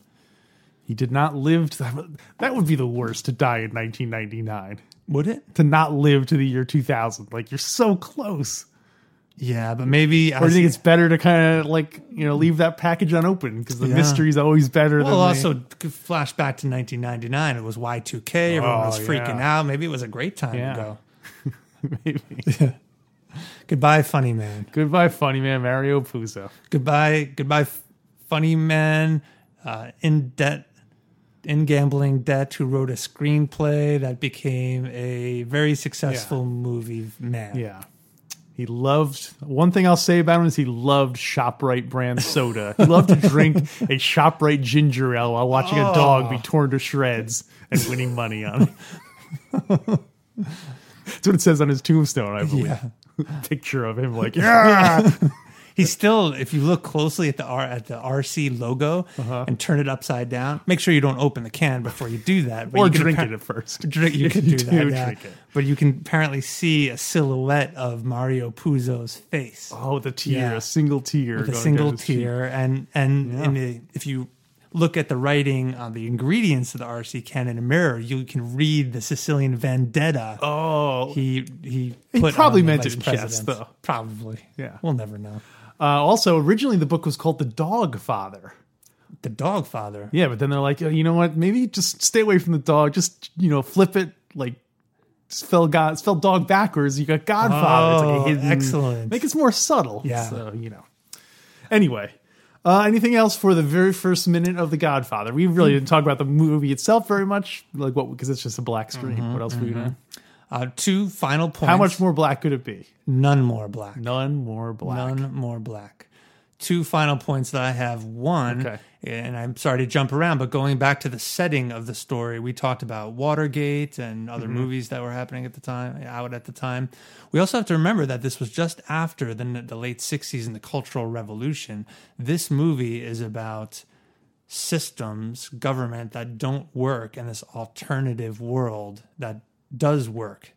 [SPEAKER 1] He did not live. To that, that would be the worst to die in 1999.
[SPEAKER 2] Would it?
[SPEAKER 1] To not live to the year 2000. Like you're so close.
[SPEAKER 2] Yeah, but maybe. I
[SPEAKER 1] Or do you think
[SPEAKER 2] see-
[SPEAKER 1] it's better to kind of like you know leave that package unopened because the
[SPEAKER 2] Yeah.
[SPEAKER 1] mystery's always better.
[SPEAKER 2] well,
[SPEAKER 1] than
[SPEAKER 2] also flash back to 1999. It was Y2K. Everyone
[SPEAKER 1] Oh,
[SPEAKER 2] was freaking
[SPEAKER 1] yeah.
[SPEAKER 2] out. Maybe it was a great time
[SPEAKER 1] Yeah.
[SPEAKER 2] to go.
[SPEAKER 1] the, maybe.
[SPEAKER 2] Goodbye, funny man.
[SPEAKER 1] Goodbye, funny man Mario Puzo.
[SPEAKER 2] goodbye goodbye f- funny man uh, in debt in gambling debt who wrote a screenplay that became a very successful movie man
[SPEAKER 1] Yeah. He loved one thing I'll say about him is he loved ShopRite brand soda. He loved to drink a ShopRite ginger ale while watching a dog
[SPEAKER 2] Oh.
[SPEAKER 1] be torn to shreds and winning money on it. That's what it says on his tombstone, I believe.
[SPEAKER 2] Yeah.
[SPEAKER 1] Picture of him like, yeah.
[SPEAKER 2] he's still if you look closely at the r at the rc logo
[SPEAKER 1] Uh-huh.
[SPEAKER 2] and turn it upside down make sure you don't open the can before you do that but
[SPEAKER 1] or
[SPEAKER 2] you can
[SPEAKER 1] drink
[SPEAKER 2] appar-
[SPEAKER 1] it at first.
[SPEAKER 2] Drink, you
[SPEAKER 1] If
[SPEAKER 2] can do,
[SPEAKER 1] you
[SPEAKER 2] that,
[SPEAKER 1] do,
[SPEAKER 2] yeah.
[SPEAKER 1] drink it.
[SPEAKER 2] but you can apparently see a silhouette of Mario Puzo's face.
[SPEAKER 1] Oh, the tear,
[SPEAKER 2] Yeah.
[SPEAKER 1] a single tear.
[SPEAKER 2] with a
[SPEAKER 1] going
[SPEAKER 2] single
[SPEAKER 1] down his cheek.
[SPEAKER 2] tier and and in the, if you look at the writing on the ingredients of the RC can in a mirror you can read the Sicilian vendetta
[SPEAKER 1] Oh,
[SPEAKER 2] he he,
[SPEAKER 1] He
[SPEAKER 2] put
[SPEAKER 1] probably
[SPEAKER 2] on the
[SPEAKER 1] meant
[SPEAKER 2] vice
[SPEAKER 1] it in jest,
[SPEAKER 2] president.
[SPEAKER 1] though.
[SPEAKER 2] probably
[SPEAKER 1] Yeah.
[SPEAKER 2] we'll never know
[SPEAKER 1] Uh, also, originally the book was called The Dog Father.
[SPEAKER 2] the dog father
[SPEAKER 1] Yeah, but then they're like, oh, you know what? Maybe just stay away from the dog. Just you know, flip it like spell God, spell dog backwards. You got Godfather. it's like
[SPEAKER 2] Oh,
[SPEAKER 1] a hidden,
[SPEAKER 2] excellent.
[SPEAKER 1] Make it more subtle.
[SPEAKER 2] Yeah.
[SPEAKER 1] So you know. Anyway, uh, anything else for the very first minute of the Godfather? We really didn't talk about the movie itself very much, like what because it's just a black screen.
[SPEAKER 2] Mm-hmm,
[SPEAKER 1] what else were you gonna?
[SPEAKER 2] uh, two final points
[SPEAKER 1] How much more black could it be?
[SPEAKER 2] none more black
[SPEAKER 1] None more black.
[SPEAKER 2] None more black. Two final points that I have. One,
[SPEAKER 1] Okay.
[SPEAKER 2] and I'm sorry to jump around, but going back to the setting of the story, we talked about Watergate and
[SPEAKER 1] Mm-hmm.
[SPEAKER 2] other movies that were happening at the time, out at the time. We also have to remember that this was just after the, the late 60s and the Cultural Revolution. This movie is about systems, government that don't work, and this alternative world that does work.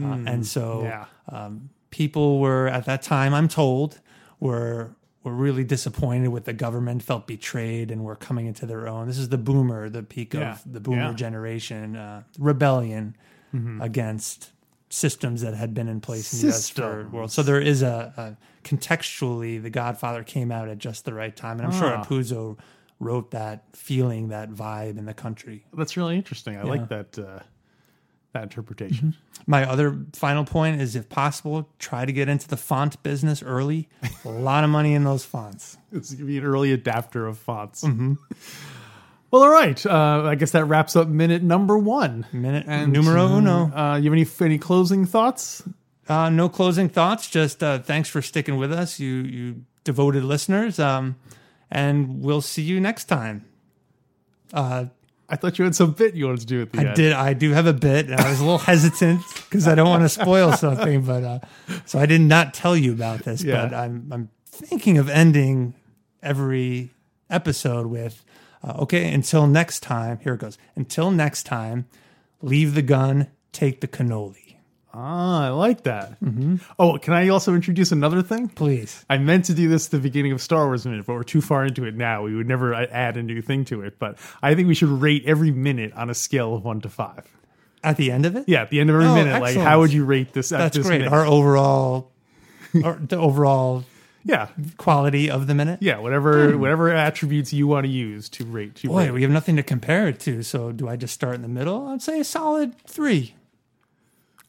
[SPEAKER 2] Uh, and so
[SPEAKER 1] Hmm. yeah.
[SPEAKER 2] um, people were at that time, I'm told, were were really disappointed with the government, felt betrayed, and were coming into their own. This is the boomer, the peak
[SPEAKER 1] Yeah.
[SPEAKER 2] of the boomer
[SPEAKER 1] Yeah. Mm-hmm.
[SPEAKER 2] generation, uh, rebellion against systems that had been in place in the US for
[SPEAKER 1] Systems.
[SPEAKER 2] world. So there is a, a contextually, The Godfather came out at just the right time, and I'm
[SPEAKER 1] Ah.
[SPEAKER 2] sure Puzo wrote that feeling, that vibe in the country.
[SPEAKER 1] That's really interesting. I like that uh, that interpretation.
[SPEAKER 2] My other final point is if possible, try to get into the font business early. A lot of money in those fonts.
[SPEAKER 1] It's gonna be an early adapter of fonts.
[SPEAKER 2] Mm-hmm.
[SPEAKER 1] Well, all right. Uh, I guess that wraps up minute number one.
[SPEAKER 2] Minute numero uno.
[SPEAKER 1] Uh, you have any any closing thoughts?
[SPEAKER 2] Uh, no closing thoughts. Just uh, thanks for sticking with us, you you devoted listeners. Um, and we'll see you next time.
[SPEAKER 1] I thought you had some bit you wanted to do at the end.
[SPEAKER 2] I did. I do have a bit, and I was a little hesitant because I don't want to spoil something. But uh, so I did not tell you about this.
[SPEAKER 1] Yeah.
[SPEAKER 2] But I'm I'm thinking of ending every episode with, uh, okay, until next time. Here it goes. Until next time, leave the gun take the cannoli.
[SPEAKER 1] Ah, I like that.
[SPEAKER 2] Mm-hmm.
[SPEAKER 1] Oh, can I also introduce another thing?
[SPEAKER 2] Please.
[SPEAKER 1] I meant to do this at the beginning of Star Wars Minute, but we're too far into it now. We would never uh, add a new thing to it. But I think we should rate every minute on a scale of one to five.
[SPEAKER 2] At the end of it?
[SPEAKER 1] Yeah, at the end of every
[SPEAKER 2] Oh,
[SPEAKER 1] minute, like
[SPEAKER 2] excellent.
[SPEAKER 1] how would you rate this? at
[SPEAKER 2] That's
[SPEAKER 1] this
[SPEAKER 2] great.
[SPEAKER 1] minute?
[SPEAKER 2] Our overall, our, the overall
[SPEAKER 1] yeah,
[SPEAKER 2] quality of the minute.
[SPEAKER 1] yeah. Whatever, whatever attributes you want to use to rate. To
[SPEAKER 2] Hmm. Boy,
[SPEAKER 1] rate.
[SPEAKER 2] we have nothing to compare it to. So do I just start in the middle? I'd say a solid three.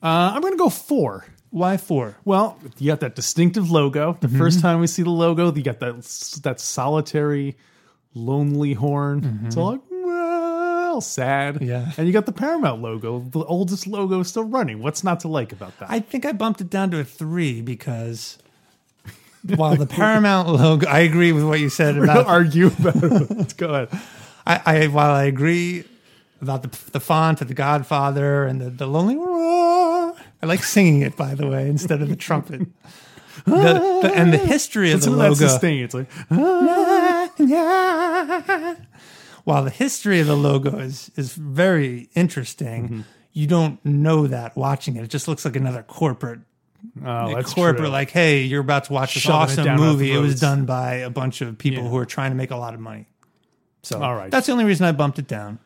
[SPEAKER 1] Uh, I'm gonna go four.
[SPEAKER 2] Why four?
[SPEAKER 1] Well, you got that distinctive logo.
[SPEAKER 2] Mm-hmm.
[SPEAKER 1] The first time we see the logo, you got that that solitary, lonely horn. It's all like well, sad.
[SPEAKER 2] Mm-hmm. Yeah.
[SPEAKER 1] and you got the Paramount logo, the oldest logo still running. What's not to like about that?
[SPEAKER 2] I think I bumped it down to a three because while the Paramount logo, I agree with what you said
[SPEAKER 1] Don't
[SPEAKER 2] about.
[SPEAKER 1] argue about it. Let's go ahead.
[SPEAKER 2] I, I while I agree about the the font of the Godfather and the the lonely. Roar. I like singing it by the way instead of the trumpet. The, the, and the history of the
[SPEAKER 1] Some of that
[SPEAKER 2] logo.
[SPEAKER 1] sustain. It's like
[SPEAKER 2] While the history of the logo is is very interesting,
[SPEAKER 1] Mm-hmm.
[SPEAKER 2] you don't know that watching it. It just looks like another corporate
[SPEAKER 1] oh, that's
[SPEAKER 2] corporate.
[SPEAKER 1] true.
[SPEAKER 2] Like, hey, you're about to watch this
[SPEAKER 1] Shoving it down
[SPEAKER 2] awesome
[SPEAKER 1] off the
[SPEAKER 2] movie. It was
[SPEAKER 1] roads.
[SPEAKER 2] done by a bunch of people
[SPEAKER 1] Yeah.
[SPEAKER 2] who are trying to make a lot of money. So
[SPEAKER 1] All right.
[SPEAKER 2] that's the only reason I bumped it down.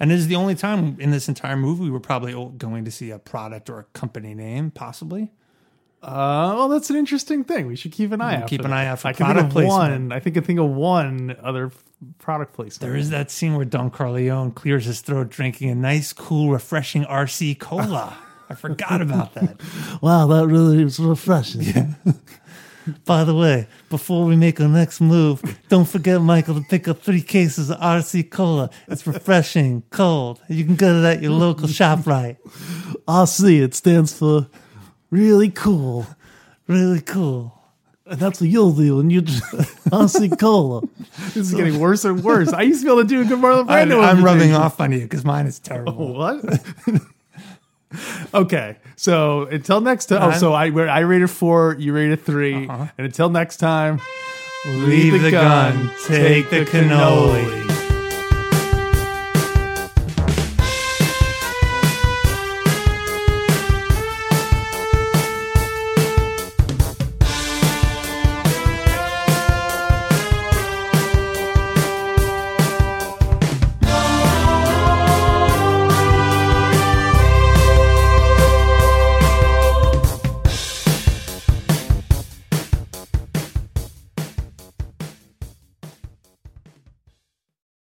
[SPEAKER 2] And it is the only time in this entire movie we were probably all going to see a product or a company name, possibly.
[SPEAKER 1] Uh, well, that's an interesting thing. We should keep an eye out.
[SPEAKER 2] keep
[SPEAKER 1] for
[SPEAKER 2] an
[SPEAKER 1] that.
[SPEAKER 2] eye out for
[SPEAKER 1] I can
[SPEAKER 2] product
[SPEAKER 1] think of
[SPEAKER 2] placement.
[SPEAKER 1] one. I think I think of one other f- product placement.
[SPEAKER 2] There is that scene where Don Carleone clears his throat drinking a nice, cool, refreshing RC cola. I forgot about that.
[SPEAKER 3] Wow, that really was refreshing.
[SPEAKER 2] By the way, before we make our next move, don't forget, Michael, to pick up three cases of RC Cola. It's refreshing, cold. You can get it at your local shop right.
[SPEAKER 3] RC, it stands for really cool.
[SPEAKER 2] Really cool.
[SPEAKER 3] And that's what you'll do when you drink RC Cola.
[SPEAKER 1] This is getting worse and worse. I used to be able to do a good Marlon
[SPEAKER 2] I
[SPEAKER 1] Brando.
[SPEAKER 2] am rubbing
[SPEAKER 1] imitation.
[SPEAKER 2] off on you because mine is terrible.
[SPEAKER 1] What? okay. So until next
[SPEAKER 2] Uh-huh.
[SPEAKER 1] time. Oh, so I where I rated four, you rated 3 and until next time,
[SPEAKER 2] Oh, Leave the gun, take the cannoli.